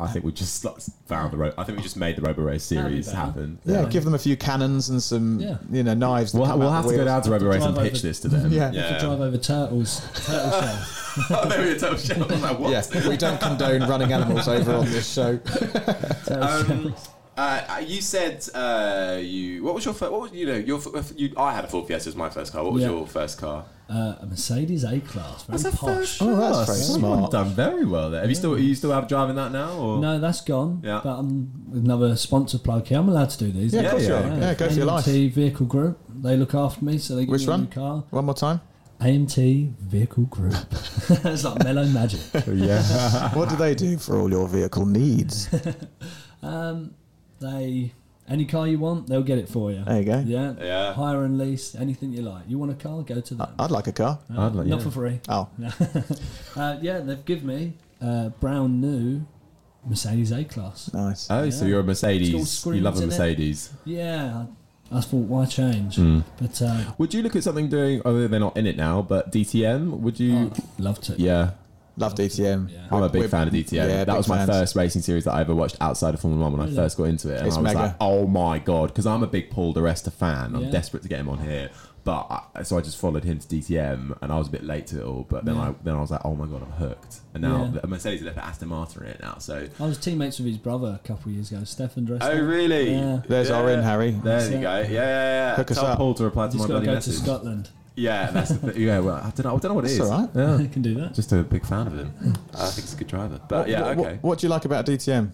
Speaker 3: I think we just like, found the road. I think we just made the Robo Race
Speaker 4: That'd be
Speaker 3: series
Speaker 4: better.
Speaker 3: happen.
Speaker 2: Yeah,
Speaker 4: Yeah.
Speaker 2: give them a few cannons and some,
Speaker 4: Yeah.
Speaker 2: you know, knives. that
Speaker 3: We'll,
Speaker 2: come
Speaker 3: we'll
Speaker 2: out
Speaker 3: have
Speaker 2: the
Speaker 3: to go
Speaker 2: wheels.
Speaker 3: down to Robo Race
Speaker 4: Drive
Speaker 3: and
Speaker 4: over
Speaker 3: pitch
Speaker 4: the-
Speaker 3: this to them.
Speaker 2: Yeah.
Speaker 4: You could drive over turtles. Turtle shell.
Speaker 3: oh, maybe a total shell. I'm like, what?
Speaker 2: Yeah, we don't condone running animals over on this show.
Speaker 4: Turtle shell.
Speaker 1: Um, uh, you said uh, you. What was your first? What was you know? Your f- you, I had a Ford Fiesta as my first car. What was
Speaker 4: Yeah.
Speaker 1: your first car?
Speaker 4: Uh, a Mercedes A class, very
Speaker 1: That's a
Speaker 4: posh.
Speaker 2: Oh, that's very
Speaker 3: Someone
Speaker 2: smart.
Speaker 3: done very well there. Have you still? Are you still out driving that now? Or?
Speaker 4: No, that's gone.
Speaker 1: Yeah.
Speaker 4: But I'm another sponsor plug here. I'm allowed to do these.
Speaker 2: Yeah, of course
Speaker 3: yeah.
Speaker 2: you are. Yeah, go for your life.
Speaker 4: AMT Vehicle Group. They look after me, so they give
Speaker 2: Which
Speaker 4: me a new
Speaker 2: one?
Speaker 4: car.
Speaker 2: One more time.
Speaker 4: AMT Vehicle Group. it's like Mellow Magic.
Speaker 3: Yeah.
Speaker 2: What do they do for all your vehicle needs?
Speaker 4: They any car you want, they'll get it for you.
Speaker 2: There you go.
Speaker 4: Yeah.
Speaker 1: Yeah.
Speaker 4: Hire and lease, anything you like. You want a car, go to them.
Speaker 2: I'd like a car.
Speaker 3: I'd like,
Speaker 4: Not
Speaker 3: yeah.
Speaker 4: for free.
Speaker 2: Oh,
Speaker 4: Uh, yeah, they've given me a brown new Mercedes A class.
Speaker 2: nice.
Speaker 3: Oh, so you're a Mercedes.
Speaker 4: It's all
Speaker 3: You love a
Speaker 4: screens, innit?
Speaker 3: Mercedes.
Speaker 4: Yeah. I, I thought, why change?
Speaker 3: Hmm.
Speaker 4: But uh,
Speaker 3: Would you look at something doing? Although they're not in it now, but DTM. Would
Speaker 4: Oh.
Speaker 3: you?
Speaker 4: love to.
Speaker 3: Yeah.
Speaker 2: Love DTM.
Speaker 4: Yeah.
Speaker 3: I'm a big
Speaker 2: We're-
Speaker 3: fan of DTM.
Speaker 2: yeah,
Speaker 3: that
Speaker 2: big
Speaker 3: was my
Speaker 2: fans.
Speaker 3: first racing series that I ever watched outside of Formula One when I first got into it. And
Speaker 2: It's
Speaker 3: I was
Speaker 2: mega.
Speaker 3: like, oh my God, because I'm a big Paul De Resta fan. I'm
Speaker 4: Yeah.
Speaker 3: desperate to get him on here. But I, so I just followed him to DTM and I was a bit late to it all. But then I then I was like, oh my God, I'm hooked. And now
Speaker 4: Yeah.
Speaker 3: the Mercedes left Aston Martin in it now. So,
Speaker 4: I was teammates with his brother a couple of years ago, Stefan Dressler.
Speaker 1: Oh really?
Speaker 4: Yeah.
Speaker 2: There's our in, Harry.
Speaker 1: There you
Speaker 4: it.
Speaker 1: go. Yeah, yeah, yeah.
Speaker 2: Hook us
Speaker 3: tell
Speaker 2: up.
Speaker 3: Paul to reply to my
Speaker 4: Just got to
Speaker 3: bloody
Speaker 4: go
Speaker 3: message.
Speaker 4: to Scotland.
Speaker 1: Yeah,
Speaker 3: That's the thing. Yeah, well, I don't know, I don't know what it
Speaker 2: That's
Speaker 3: is.
Speaker 2: all right. Mm.
Speaker 3: Yeah.
Speaker 4: I can do that.
Speaker 3: Just a big fan of him. I think he's a good driver. But yeah,
Speaker 2: What-
Speaker 1: okay.
Speaker 2: what, what do you like about DTM?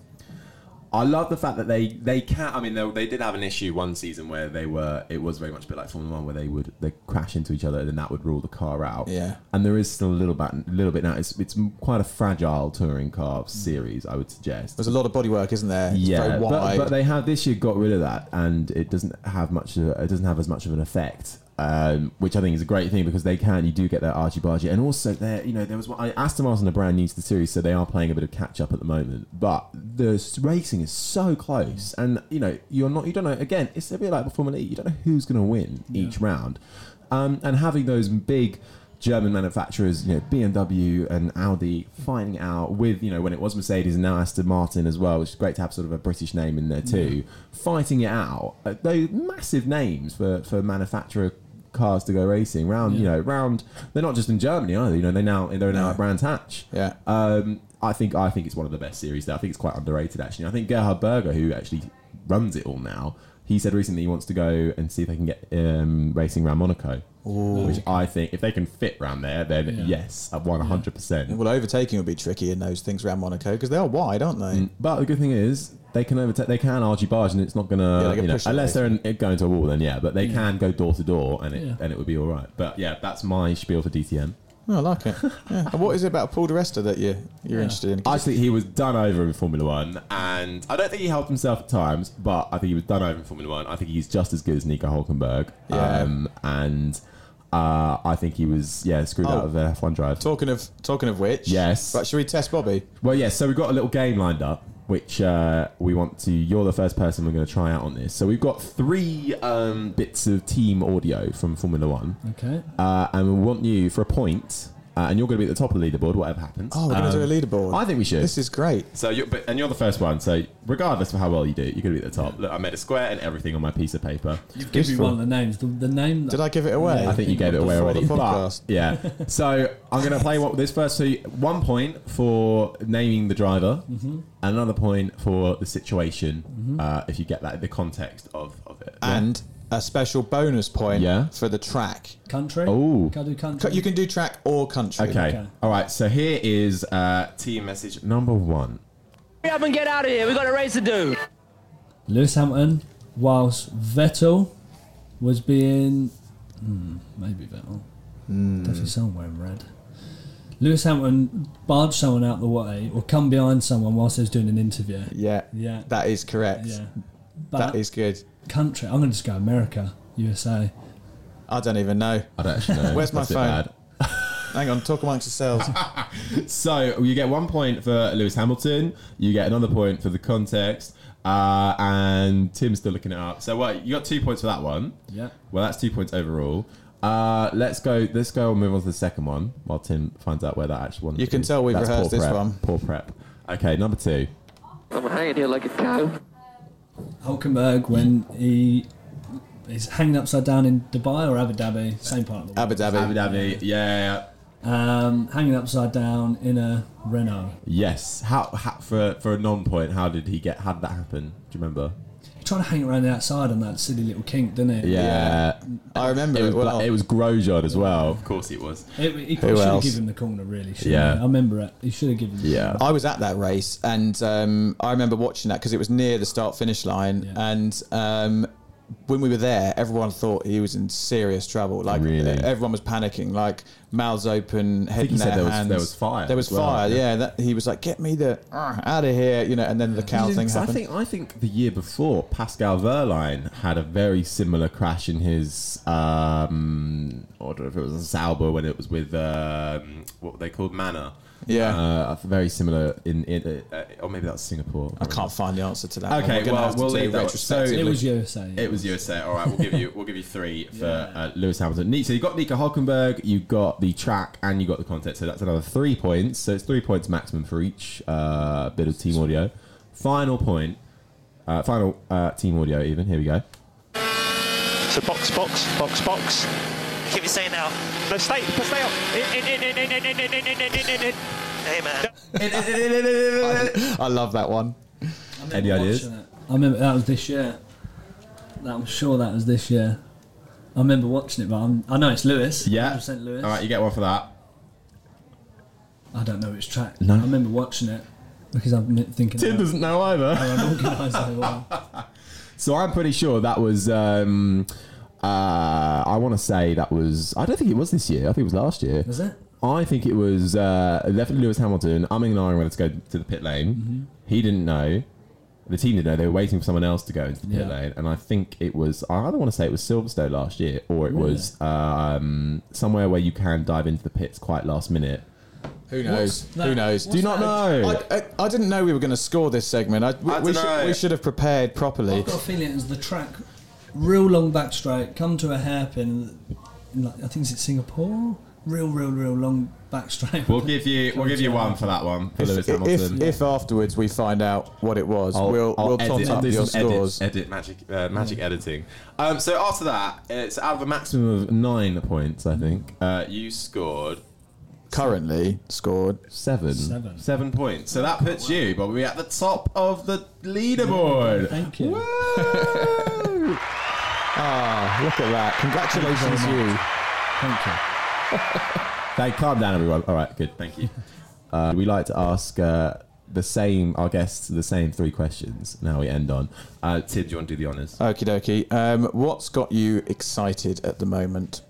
Speaker 1: I love the fact that they they can. I mean, they, they did have an issue one season where they were. It was very much a bit like Formula One, where they would they crash into each other, and then that would rule the car out.
Speaker 2: Yeah.
Speaker 3: And there is still a little bit, little bit now. It's it's quite a fragile touring car series, I would suggest.
Speaker 2: There's a lot of bodywork, isn't there? It's
Speaker 3: Yeah,
Speaker 2: very
Speaker 3: but,
Speaker 2: wide.
Speaker 3: but they have this year got rid of that, and it doesn't have much. Of, it doesn't have as much of an effect, um, which I think is a great thing because they can. You do get that argy bargy, and also there, you know, there was one, I, Aston Martin are brand new to the series, so they are playing a bit of catch up at the moment. But the s- racing is so close, and you know, you're not. You don't know. Again, it's a bit like the Formula E. You don't know who's going to win each round, um, and having those big. German manufacturers, you know, BMW and Audi fighting out with, you know, when it was Mercedes and now Aston Martin as well, which is great to have sort of a British name in there too, fighting it out. Uh, those massive names for, for manufacturer cars to go racing round, you know, round. They're not just in Germany either, you know, they now they're now at Brands Hatch.
Speaker 2: Yeah.
Speaker 3: Um, I think I think it's one of the best series there. I think it's quite underrated actually. I think Gerhard Berger, who actually runs it all now, he said recently he wants to go and see if they can get um, racing around Monaco. Which I think if they can fit round there, then
Speaker 4: Yeah.
Speaker 3: yes, at one hundred percent.
Speaker 2: well, overtaking would be tricky in those things around Monaco because they are wide, aren't they?
Speaker 3: But the good thing is they can overtake. They can argy barge, and it's not
Speaker 2: Yeah,
Speaker 3: gonna
Speaker 2: they can
Speaker 3: you know,
Speaker 2: push it
Speaker 3: unless they're in, going to a wall. Then yeah, but they can go door to door, and it
Speaker 4: Yeah.
Speaker 3: and it would be all right. But yeah, that's my spiel for DTM.
Speaker 2: Oh, I like it. Yeah. and what is it about Paul De Resta that you you're interested in?
Speaker 3: I think he was done over in Formula One, and I don't think he helped himself at times, but I think he was done over in Formula One. I think he's just as good as Nico Hulkenberg,
Speaker 2: Yeah.
Speaker 3: um, and uh, I think he was yeah screwed out
Speaker 2: Oh.
Speaker 3: of an F one drive.
Speaker 2: Talking of talking of which,
Speaker 3: Yes.
Speaker 2: But should we test Bobby?
Speaker 3: Well, yeah, so we've got a little game lined up, which uh, we want to. You're the first person we're going to try out on this. So we've got three um, bits of team audio from Formula One,
Speaker 4: Okay.
Speaker 3: uh, and we want you for a point, uh, and you're going to be at the top of the leaderboard, whatever happens.
Speaker 2: Oh, we're going to
Speaker 3: Um,
Speaker 2: do a leaderboard.
Speaker 3: I think we should.
Speaker 2: This is great.
Speaker 1: So you but
Speaker 3: and you're the first one, so regardless of how well you do, you're going to be at the top. Look, I made a square and everything on my piece of paper.
Speaker 4: Give me one of the names. The, the name.
Speaker 2: Did I give it away?
Speaker 3: I think you gave it away
Speaker 2: Before
Speaker 3: already.
Speaker 2: the
Speaker 3: but,
Speaker 2: podcast.
Speaker 3: yeah. So I'm going to play what this first. So one point for naming the driver,
Speaker 2: Mm-hmm.
Speaker 3: and another point for the situation. Uh, if you get that, the context of, of it.
Speaker 2: and a special bonus point
Speaker 3: Yeah.
Speaker 2: for the track.
Speaker 4: country?
Speaker 3: Oh.
Speaker 4: Can I do
Speaker 2: Co-
Speaker 4: country?
Speaker 2: You can do track or country.
Speaker 3: okay.
Speaker 4: Okay.
Speaker 3: All right. So here is uh, team message number one.
Speaker 5: Hurry up and get out of here. We got a race to do.
Speaker 4: Lewis Hamilton, whilst Vettel was being. Hmm, maybe Vettel. Definitely someone wearing red. Lewis Hamilton barged someone out the way or come behind someone whilst he was doing an interview.
Speaker 2: Yeah.
Speaker 4: Yeah.
Speaker 2: That is correct.
Speaker 4: Yeah.
Speaker 2: That
Speaker 4: But
Speaker 2: is good.
Speaker 4: country. I'm going to just go America, USA.
Speaker 2: I don't even know.
Speaker 3: I don't actually know.
Speaker 2: Where's my
Speaker 3: That's a bit
Speaker 2: phone?
Speaker 3: bad.
Speaker 2: Hang on, talk amongst yourselves.
Speaker 3: So you get one point for Lewis Hamilton. You get another point for the context. Uh, and Tim's still looking it up. So what? You got two points for that one.
Speaker 4: Yeah.
Speaker 3: Well, that's two points overall. Uh, let's go. Let's go and move on to the second one while Tim finds out where that actual one.
Speaker 2: You can
Speaker 3: is.
Speaker 2: tell we've
Speaker 3: That's poor
Speaker 2: rehearsed this
Speaker 3: prep.
Speaker 2: one.
Speaker 3: Poor prep. Okay, number two.
Speaker 5: I'm hanging here like a cow.
Speaker 4: Hulkenberg when he is hanging upside down in Dubai or Abu Dhabi, same part of the world.
Speaker 2: Abu Dhabi.
Speaker 3: Abu Dhabi. Yeah.
Speaker 4: Um, hanging upside down in a Renault.
Speaker 3: Yes. How, how for for a non-point? How did he get? How did that happen? Do you remember?
Speaker 4: He tried to hang around the outside on that silly little kink, didn't he?
Speaker 3: Yeah.
Speaker 2: I remember
Speaker 3: It
Speaker 2: it,
Speaker 3: was,
Speaker 2: well.
Speaker 3: it was Grosjean as well. Of course it was.
Speaker 4: It, he probably should have
Speaker 2: else?
Speaker 4: given him the corner, really. shouldn't
Speaker 3: Yeah.
Speaker 4: he? I remember it. He should have given. him the
Speaker 3: Yeah.
Speaker 2: I was at that race, and um, I remember watching that because it was near the start finish line.
Speaker 4: Yeah.
Speaker 2: And um, when we were there, everyone thought he was in serious trouble. Like
Speaker 3: Really?
Speaker 2: everyone was panicking, like mouths open, head.
Speaker 3: think he
Speaker 2: in
Speaker 3: said
Speaker 2: their
Speaker 3: there was-
Speaker 2: hands.
Speaker 3: there was fire
Speaker 2: There was
Speaker 3: as well,
Speaker 2: fire.
Speaker 3: yeah.
Speaker 2: Yeah, that, he was like, "Get me the out of here," you know. And then the cow
Speaker 3: Yeah,
Speaker 2: thing
Speaker 3: 'cause I
Speaker 2: happened.
Speaker 3: think I think the year before Pascal Verline had a very similar crash in his um I don't know if it was a Sauber when it was with um, what were they called Manor.
Speaker 2: Yeah.
Speaker 3: uh, very similar in, in uh, uh, or maybe that's Singapore.
Speaker 2: I can't find the answer to that. one.
Speaker 3: Okay,
Speaker 2: We're gonna
Speaker 3: well,
Speaker 2: have to
Speaker 3: we'll
Speaker 2: do
Speaker 3: leave that one. So-
Speaker 2: retrospectively.
Speaker 4: It was USA.
Speaker 3: It was USA. All right, we'll give you we'll give you three for uh, Lewis Hamilton. Neat. So you got Nico Hulkenberg, you got the track, and you got the content. So that's another three points. So it's three points maximum for each uh, bit of team audio. Final point, uh, final uh, team audio. Even here we go.
Speaker 6: So box, box, box, box.
Speaker 7: Keep it saying now.
Speaker 6: No, stay, stay up. In, in, in, in, in, in, in, in, in, in, in, in, in.
Speaker 7: Hey man.
Speaker 2: I love that one.
Speaker 3: Any ideas?
Speaker 4: Watching it. I remember that was this year. That I'm sure that was this year. I remember watching it, but I'm, I know it's Lewis.
Speaker 3: Yeah.
Speaker 4: 100% Lewis.
Speaker 3: All right, you get one for that.
Speaker 4: I don't know which track.
Speaker 3: No.
Speaker 4: I remember watching it because I'm mi- thinking.
Speaker 3: Tim
Speaker 4: about
Speaker 3: doesn't know either.
Speaker 4: how unorganised they were.
Speaker 3: So I'm pretty sure that was. Um, uh, I want to say that was. I don't think it was this year. I think it was last year.
Speaker 4: Was it?
Speaker 3: I think it was uh, definitely Lewis Hamilton. I'm ignoring whether to go to the pit lane.
Speaker 4: Mm-hmm.
Speaker 3: He didn't know. The team didn't know. They were waiting for someone else to go into the pit
Speaker 4: Yeah.
Speaker 3: lane. And I think it was. I either want to say it was Silverstone last year, or it was um, somewhere where you can dive into the pits quite last minute.
Speaker 2: Who knows?
Speaker 4: that-
Speaker 2: Who knows?
Speaker 4: what's
Speaker 2: Do you not
Speaker 3: that?
Speaker 2: know? I, I, I didn't know we were going to score this segment. I, we,
Speaker 3: I
Speaker 2: we
Speaker 3: dunno.
Speaker 2: should, we should have prepared properly.
Speaker 4: I've got a feeling it was the track, real long back straight, come to a hairpin. in Like, I think it's Singapore. Real, real, real long back straight.
Speaker 3: We'll give you. We'll give you one for that one for Lewis
Speaker 2: If,
Speaker 3: Hamilton.
Speaker 2: if, if afterwards we find out what it was,
Speaker 3: I'll-
Speaker 2: we'll
Speaker 3: I'll
Speaker 2: we'll
Speaker 3: edit-
Speaker 2: top
Speaker 3: I'll
Speaker 2: up
Speaker 3: do
Speaker 2: your
Speaker 3: some edit-
Speaker 2: scores.
Speaker 3: Edit, magic, uh, magic editing. Um, so after that, it's out of a maximum of nine points, I think. Uh, you scored
Speaker 2: Currently scored.
Speaker 3: seven.
Speaker 4: Seven.
Speaker 3: points. So that puts you, but we're at the top of the leaderboard.
Speaker 4: Thank you.
Speaker 3: Woo!
Speaker 2: Ah, look at that! Congratulations, you.
Speaker 4: Thank you.
Speaker 3: Hey, calm down, everyone. All right, good. Thank you. Uh, we like to ask uh, the same, our guests, the same three questions. Now we end on. Uh, Tim, do you want to do the honours?
Speaker 2: Okie dokie. Um, what's got you excited at the moment?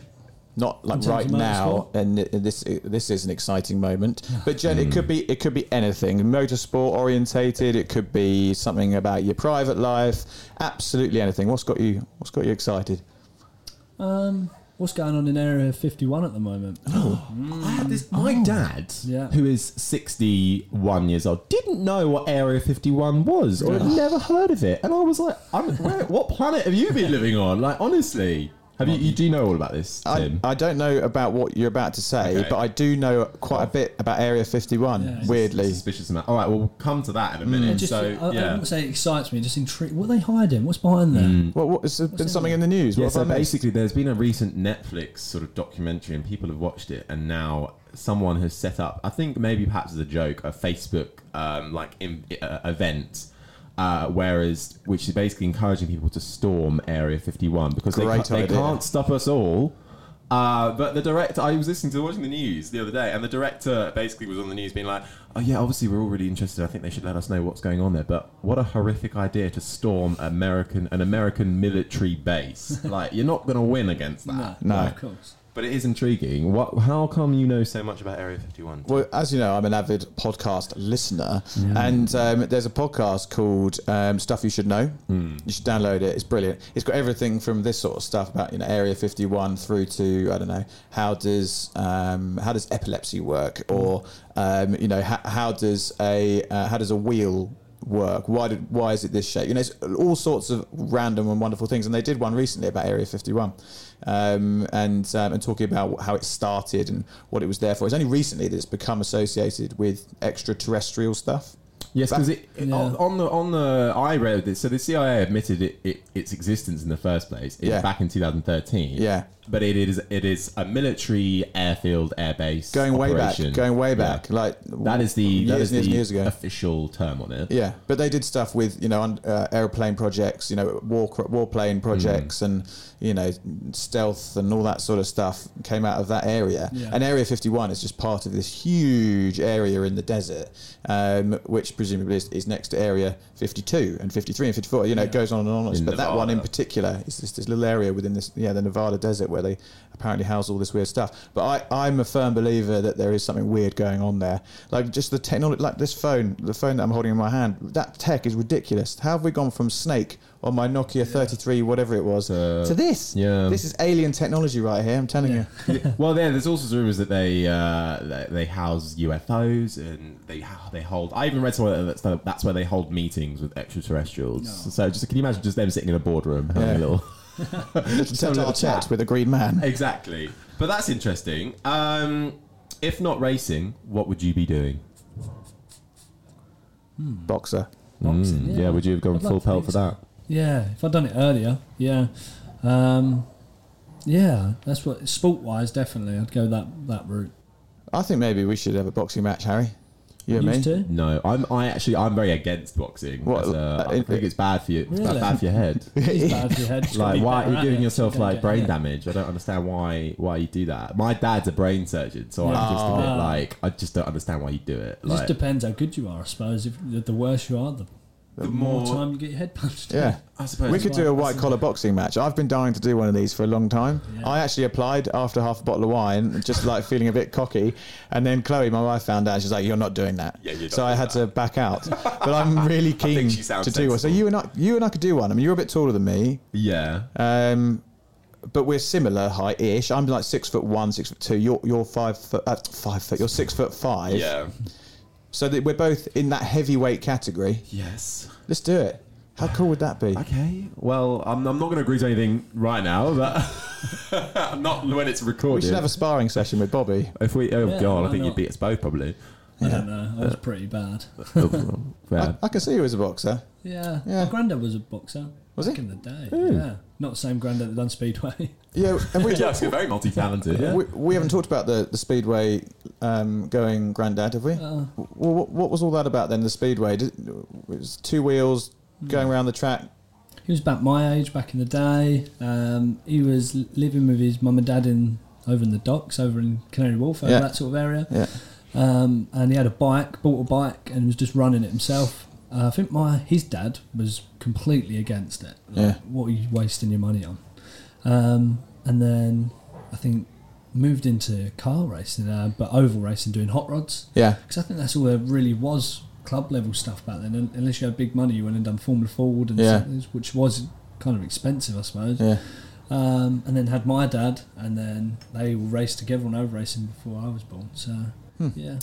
Speaker 2: Not like
Speaker 4: terms
Speaker 2: right
Speaker 4: of motorsport?
Speaker 2: now, and th- this uh, this is an exciting moment. But Jen, it could be it could be anything, motorsport orientated. It could be something about your private life. Absolutely anything. What's got you What's got you excited?
Speaker 4: Um, what's going on in Area 51 at the moment?
Speaker 3: Oh, I had this. My dad,
Speaker 4: Oh. Yeah.
Speaker 3: who is 61 years old, didn't know what Area 51 was or had never heard of it. And I was like, I'm, where, what planet have you been living on? Like, honestly. Have you, you do know all about this,
Speaker 2: I,
Speaker 3: Tim?
Speaker 2: I don't know about what you're about to say,
Speaker 3: Okay.
Speaker 2: but I do know quite a bit about Area 51.
Speaker 4: Yeah.
Speaker 2: weirdly,
Speaker 3: Suspicious amount. All right, well, we'll come to that in a minute.
Speaker 4: It just, uh, um,
Speaker 3: so,
Speaker 4: I, I
Speaker 3: yeah.
Speaker 4: wouldn't say it excites me, just intrigued. What are they hiding? What's behind there?
Speaker 3: Mm.
Speaker 2: what, what has there been something in the news?
Speaker 3: Yeah,
Speaker 2: What
Speaker 3: so
Speaker 2: have I missed?
Speaker 3: basically, there's been a recent Netflix sort of documentary, and people have watched it, and now someone has set up, I think maybe perhaps as a joke, a Facebook um, like in, uh, event. Uh, whereas, which is basically encouraging people to storm Area 51 because they,
Speaker 2: Great
Speaker 3: ca- they
Speaker 2: idea.
Speaker 3: can't stop us all. Uh, but the director, I was listening to watching the news the other day, and the director basically was on the news being like, "Oh yeah, obviously we're all really interested. I think they should let us know what's going on there." But what a horrific idea to storm American an American military base! like you're not going to win against that.
Speaker 2: No.
Speaker 4: Of course.
Speaker 1: But it is intriguing. What? How come you know so much about Area 51?
Speaker 2: Well, as you know, I'm an avid podcast listener, and um, there's a podcast called um, Stuff You Should Know. You should download it; it's brilliant. It's got everything from this sort of stuff about you know Area 51 through to I don't know how does um, how does epilepsy work, or um, you know how, how does a uh, how does a wheel work? Why did why is it this shape? You know, it's all sorts of random and wonderful things. And they did one recently about Area 51, um, and um, and talking about how it started and what it was there for. It's only recently that it's become associated with extraterrestrial stuff.
Speaker 3: Yes, because it, it- on, on the on the I read this. So the CIA admitted it, it, its existence in the first place in,
Speaker 2: Yeah.
Speaker 3: back in 2013.
Speaker 2: Yeah.
Speaker 3: but it is it is a military airfield airbase
Speaker 2: Going way
Speaker 3: operation.
Speaker 2: back, going way
Speaker 3: Yeah.
Speaker 2: back, like
Speaker 3: That is the that
Speaker 2: years and years
Speaker 3: is the
Speaker 2: and years ago.
Speaker 3: official term on it.
Speaker 2: Yeah, but they did stuff with you know un- uh, airplane projects, you know war cr- warplane projects,
Speaker 3: Hmm.
Speaker 2: and you know stealth and all that sort of stuff came out of that area.
Speaker 4: Yeah.
Speaker 2: And Area 51 is just part of this huge area in the desert, um, which presumably is, is next to Area 52 and 53 and 54. You know, it goes on and on.
Speaker 3: In
Speaker 2: but that one in
Speaker 3: Nevada.
Speaker 2: particular is this, this little area within this yeah the Nevada desert where they apparently house all this weird stuff. But I I'm a firm believer that there is something weird going on there. Like just the technology, like this phone, the phone that I'm holding in my hand, that tech is ridiculous. How have we gone from Snake on my Nokia 33 whatever it was to this?
Speaker 3: Uh, yeah.
Speaker 2: this is alien technology right here. I'm telling you.
Speaker 3: well, there, there's also rumors that they uh, that they house UFOs and they ha- they hold. I even read somewhere that that's, that's where they hold meetings with extraterrestrials. So just can you imagine just them sitting in a boardroom having
Speaker 2: Yeah.
Speaker 3: a little
Speaker 2: Little
Speaker 3: a little
Speaker 2: tete-a-tete
Speaker 3: chat.
Speaker 2: with a green man.
Speaker 3: exactly. But that's interesting. Um, if not racing, what would you be doing?
Speaker 2: Boxer.
Speaker 4: Boxing,
Speaker 3: Mm. Yeah, would you have gone
Speaker 4: I'd like
Speaker 3: full
Speaker 4: to
Speaker 3: pelt
Speaker 4: think
Speaker 3: for
Speaker 4: so.
Speaker 3: that?
Speaker 4: Yeah, if I'd done it earlier, yeah, um, yeah, that's what sport wise, definitely, I'd go that that route.
Speaker 2: I think maybe we should have a boxing match, Harry. You and
Speaker 4: You
Speaker 2: me.
Speaker 4: too?
Speaker 3: No, I'm. I actually, I'm very against boxing.
Speaker 2: What,
Speaker 3: as, uh,
Speaker 2: uh,
Speaker 3: I
Speaker 2: in-
Speaker 3: think it's bad for you. It's bad,
Speaker 4: Really?
Speaker 3: bad for your head.
Speaker 4: It's bad for your head. It's gotta
Speaker 3: like
Speaker 4: be
Speaker 3: why are
Speaker 4: better
Speaker 3: you
Speaker 4: at
Speaker 3: giving
Speaker 4: it.
Speaker 3: yourself
Speaker 4: Don't
Speaker 3: like
Speaker 4: get
Speaker 3: brain
Speaker 4: hit.
Speaker 3: damage i don't understand why why you do that my dad's a brain surgeon so i'm just a bit
Speaker 4: Ah.
Speaker 3: like i just don't understand why you do it
Speaker 4: It just
Speaker 3: like,
Speaker 4: depends how good you are, I suppose. If the, the worse you are, the, the more time you get your head punched.
Speaker 2: Yeah.
Speaker 3: i suppose
Speaker 2: We could do a white collar boxing match. I've been dying to do one of these for a long time. I actually applied after half a bottle of wine, just like feeling a bit cocky. And then Chloe, my wife, found out. She's like, "You're not doing that."
Speaker 1: Yeah, you're not
Speaker 2: so I
Speaker 1: doing
Speaker 2: had
Speaker 1: that.
Speaker 2: to back out. But I'm really keen
Speaker 1: she sounds
Speaker 2: to do one. So
Speaker 1: sensible.
Speaker 2: you and I, you and I could do one. I mean, you're a bit taller than me,
Speaker 3: yeah
Speaker 2: um, but we're similar height-ish. I'm like six foot one, six foot two. You're you're five foot uh, five foot. You're six foot five.
Speaker 1: Yeah.
Speaker 2: So that we're both in that heavyweight category.
Speaker 3: yes
Speaker 2: Let's do it. How cool would that be?
Speaker 3: okay well i'm, I'm not going to agree to anything right now but not when it's
Speaker 2: We
Speaker 3: recorded
Speaker 2: should have a sparring session with Bobby.
Speaker 3: if we oh
Speaker 4: Yeah,
Speaker 3: god i
Speaker 4: why
Speaker 3: think you'd
Speaker 4: not?
Speaker 3: beat us both probably Oh,
Speaker 4: I don't know. I Uh, was pretty bad.
Speaker 3: yeah.
Speaker 2: I can see you as a boxer.
Speaker 4: Yeah.
Speaker 2: Yeah.
Speaker 4: My granddad was a boxer.
Speaker 2: Was
Speaker 4: back
Speaker 2: he? Hmm.
Speaker 4: in the day? Yeah. Not the same granddad that done Speedway.
Speaker 2: Yeah, and we,
Speaker 1: Yeah, it's very
Speaker 3: multi-talented yeah.
Speaker 2: we, we haven't talked about the, the speedway um, going granddad, have we? well, what, what was all that about then? The speedway, Did, it was two wheels going around the track.
Speaker 4: he was about my age back in the day. Um, he was l- living with his mum and dad in over in the docks, over in Canary Wharf, over
Speaker 2: Yeah.
Speaker 4: that sort of area.
Speaker 2: Yeah.
Speaker 4: Um, and he had a bike, bought a bike, and was just running it himself. Uh, I think my his dad was completely against it.
Speaker 2: Yeah.
Speaker 4: What are you wasting your money on? Um, and then I think moved into car racing, uh, but oval racing, doing hot rods.
Speaker 2: Yeah.
Speaker 4: Because I think that's all there really was club level stuff back then. Un- Unless you had big money, you went and done Formula Ford, and
Speaker 2: Yeah.
Speaker 4: something, which was kind of expensive, I suppose.
Speaker 2: Yeah.
Speaker 4: Um, and then had my dad, and then they all raced together, and I was racing before I was born. So
Speaker 2: Hmm.
Speaker 4: yeah,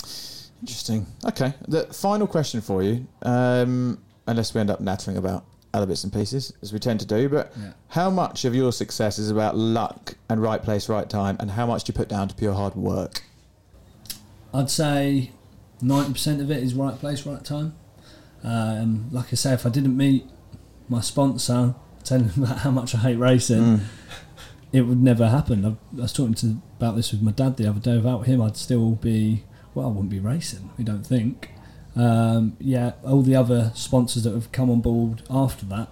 Speaker 2: Interesting. Okay. The final question for you, um, unless we end up nattering about other bits and pieces, as we tend to do, but
Speaker 4: Yeah.
Speaker 2: how much of your success is about luck and right place, right time, and how much do you put down to pure hard work?
Speaker 4: I'd say ninety percent of it is right place, right time. Um, like I say, if I didn't meet my sponsor telling him about how much I hate racing. It would never happen. I, I was talking to about this with my dad the other day. Without him, I'd still be well. I wouldn't be racing. I don't think. Um, yeah, all the other sponsors that have come on board after that,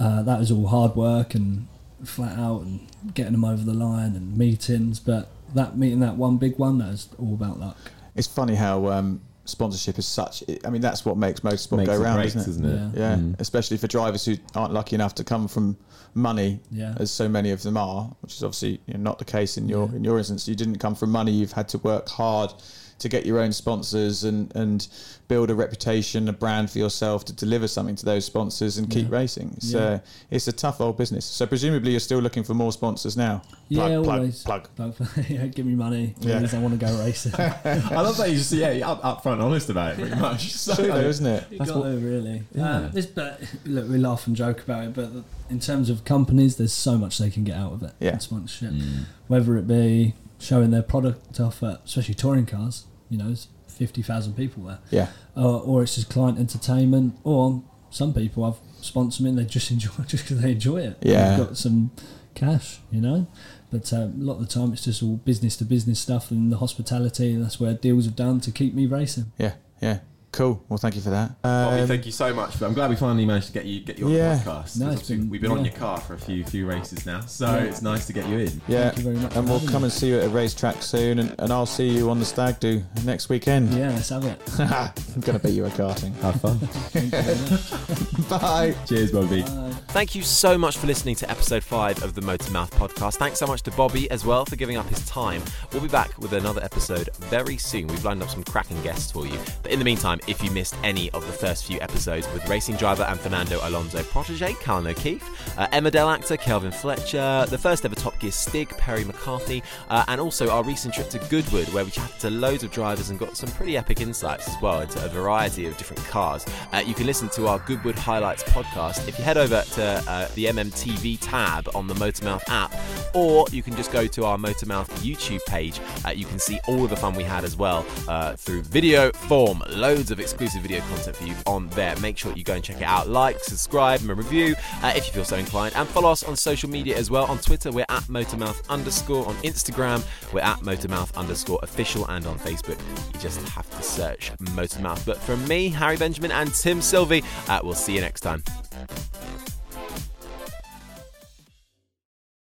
Speaker 4: uh, that was all hard work and flat out and getting them over the line and meetings. But that meeting, that one big one, that was all about luck.
Speaker 2: It's funny how um, sponsorship is such. I mean, that's what makes most sport
Speaker 3: Makes
Speaker 2: go
Speaker 3: it
Speaker 2: round,
Speaker 3: breaks,
Speaker 2: isn't it?
Speaker 3: isn't it? Mm.
Speaker 4: Yeah.
Speaker 2: Yeah, especially for drivers who aren't lucky enough to come from money,
Speaker 4: Yeah.
Speaker 2: as so many of them are, which is obviously you know, not the case in your in your instance. You didn't come from money; you've had to work hard to get your own sponsors and and build a reputation, a brand for yourself to deliver something to those sponsors and keep racing. So
Speaker 4: Yeah.
Speaker 2: it's a tough old business. So presumably you're still looking for more sponsors now.
Speaker 4: yeah,
Speaker 2: plug,
Speaker 4: always.
Speaker 2: plug,
Speaker 4: plug. yeah, give me money.
Speaker 2: Yeah.
Speaker 4: Please, I want to go racing.
Speaker 3: I love that you just yeah, you're up, up front honest about it pretty much. So,
Speaker 2: True though, isn't it?
Speaker 4: You got to really. Um, this, but look, we laugh and joke about it. But in terms of companies, there's so much they can get out of it.
Speaker 2: Yeah.
Speaker 4: in sponsorship, whether it be showing their product off at especially touring cars. You know, there's fifty thousand people there.
Speaker 2: Yeah.
Speaker 4: Or, uh, or it's just client entertainment. Or some people I've sponsored them in. They just enjoy just 'cause they enjoy it.
Speaker 2: Yeah.
Speaker 4: They've got some cash. You know. But uh, a lot of the time, it's just all business to business stuff and the hospitality, and that's where deals are done to keep me racing.
Speaker 2: Yeah, yeah. Cool. Well, thank you for that.
Speaker 3: Bobby, thank you so much. But I'm glad we finally managed to get you get you on
Speaker 2: Um, Yeah.
Speaker 3: the podcast. 'cause
Speaker 4: No, it's
Speaker 3: obviously
Speaker 4: been-
Speaker 3: we've been on
Speaker 4: yeah.
Speaker 3: your car for a few few races now, so it's nice to get you in.
Speaker 2: Yeah,
Speaker 4: Thank you very much
Speaker 2: and
Speaker 4: for
Speaker 2: we'll
Speaker 4: having
Speaker 2: come
Speaker 4: me.
Speaker 2: and see you at a racetrack soon, and, and I'll see you on the stag do next weekend.
Speaker 4: Yeah, let's have it.
Speaker 2: I'm gonna beat you at karting.
Speaker 3: Have fun.
Speaker 2: Bye.
Speaker 3: Cheers, Bobby.
Speaker 1: Thank you so much for listening to episode 5 of the Motor Mouth podcast. Thanks so much to Bobby as well for giving up his time. We'll be back with another episode very soon. We've lined up some cracking guests for you. But in the meantime, if you missed any of the first few episodes with racing driver and Fernando Alonso protege, Colin O'Keefe, uh, Emma Dell actor, Kelvin Fletcher, the first ever Top Gear Stig, Perry McCarthy, uh, and also our recent trip to Goodwood where we chatted to loads of drivers and got some pretty epic insights as well into a variety of different cars. Uh, you can listen to our Goodwood Highlights podcast if you head over to uh, the MMTV tab on the Motormouth app, or you can just go to our Motormouth YouTube page. Uh, you can see all of the fun we had as well uh, through video form. Loads of exclusive video content for you on there. Make sure you go and check it out. Like, subscribe, and review uh, if you feel so inclined. And follow us on social media as well. On Twitter, we're at Motormouth underscore. On Instagram, we're at Motormouth underscore official. And on Facebook, you just have to search Motormouth. But from me, Harry Benjamin, and Tim Sylvie, uh, we'll see you next time.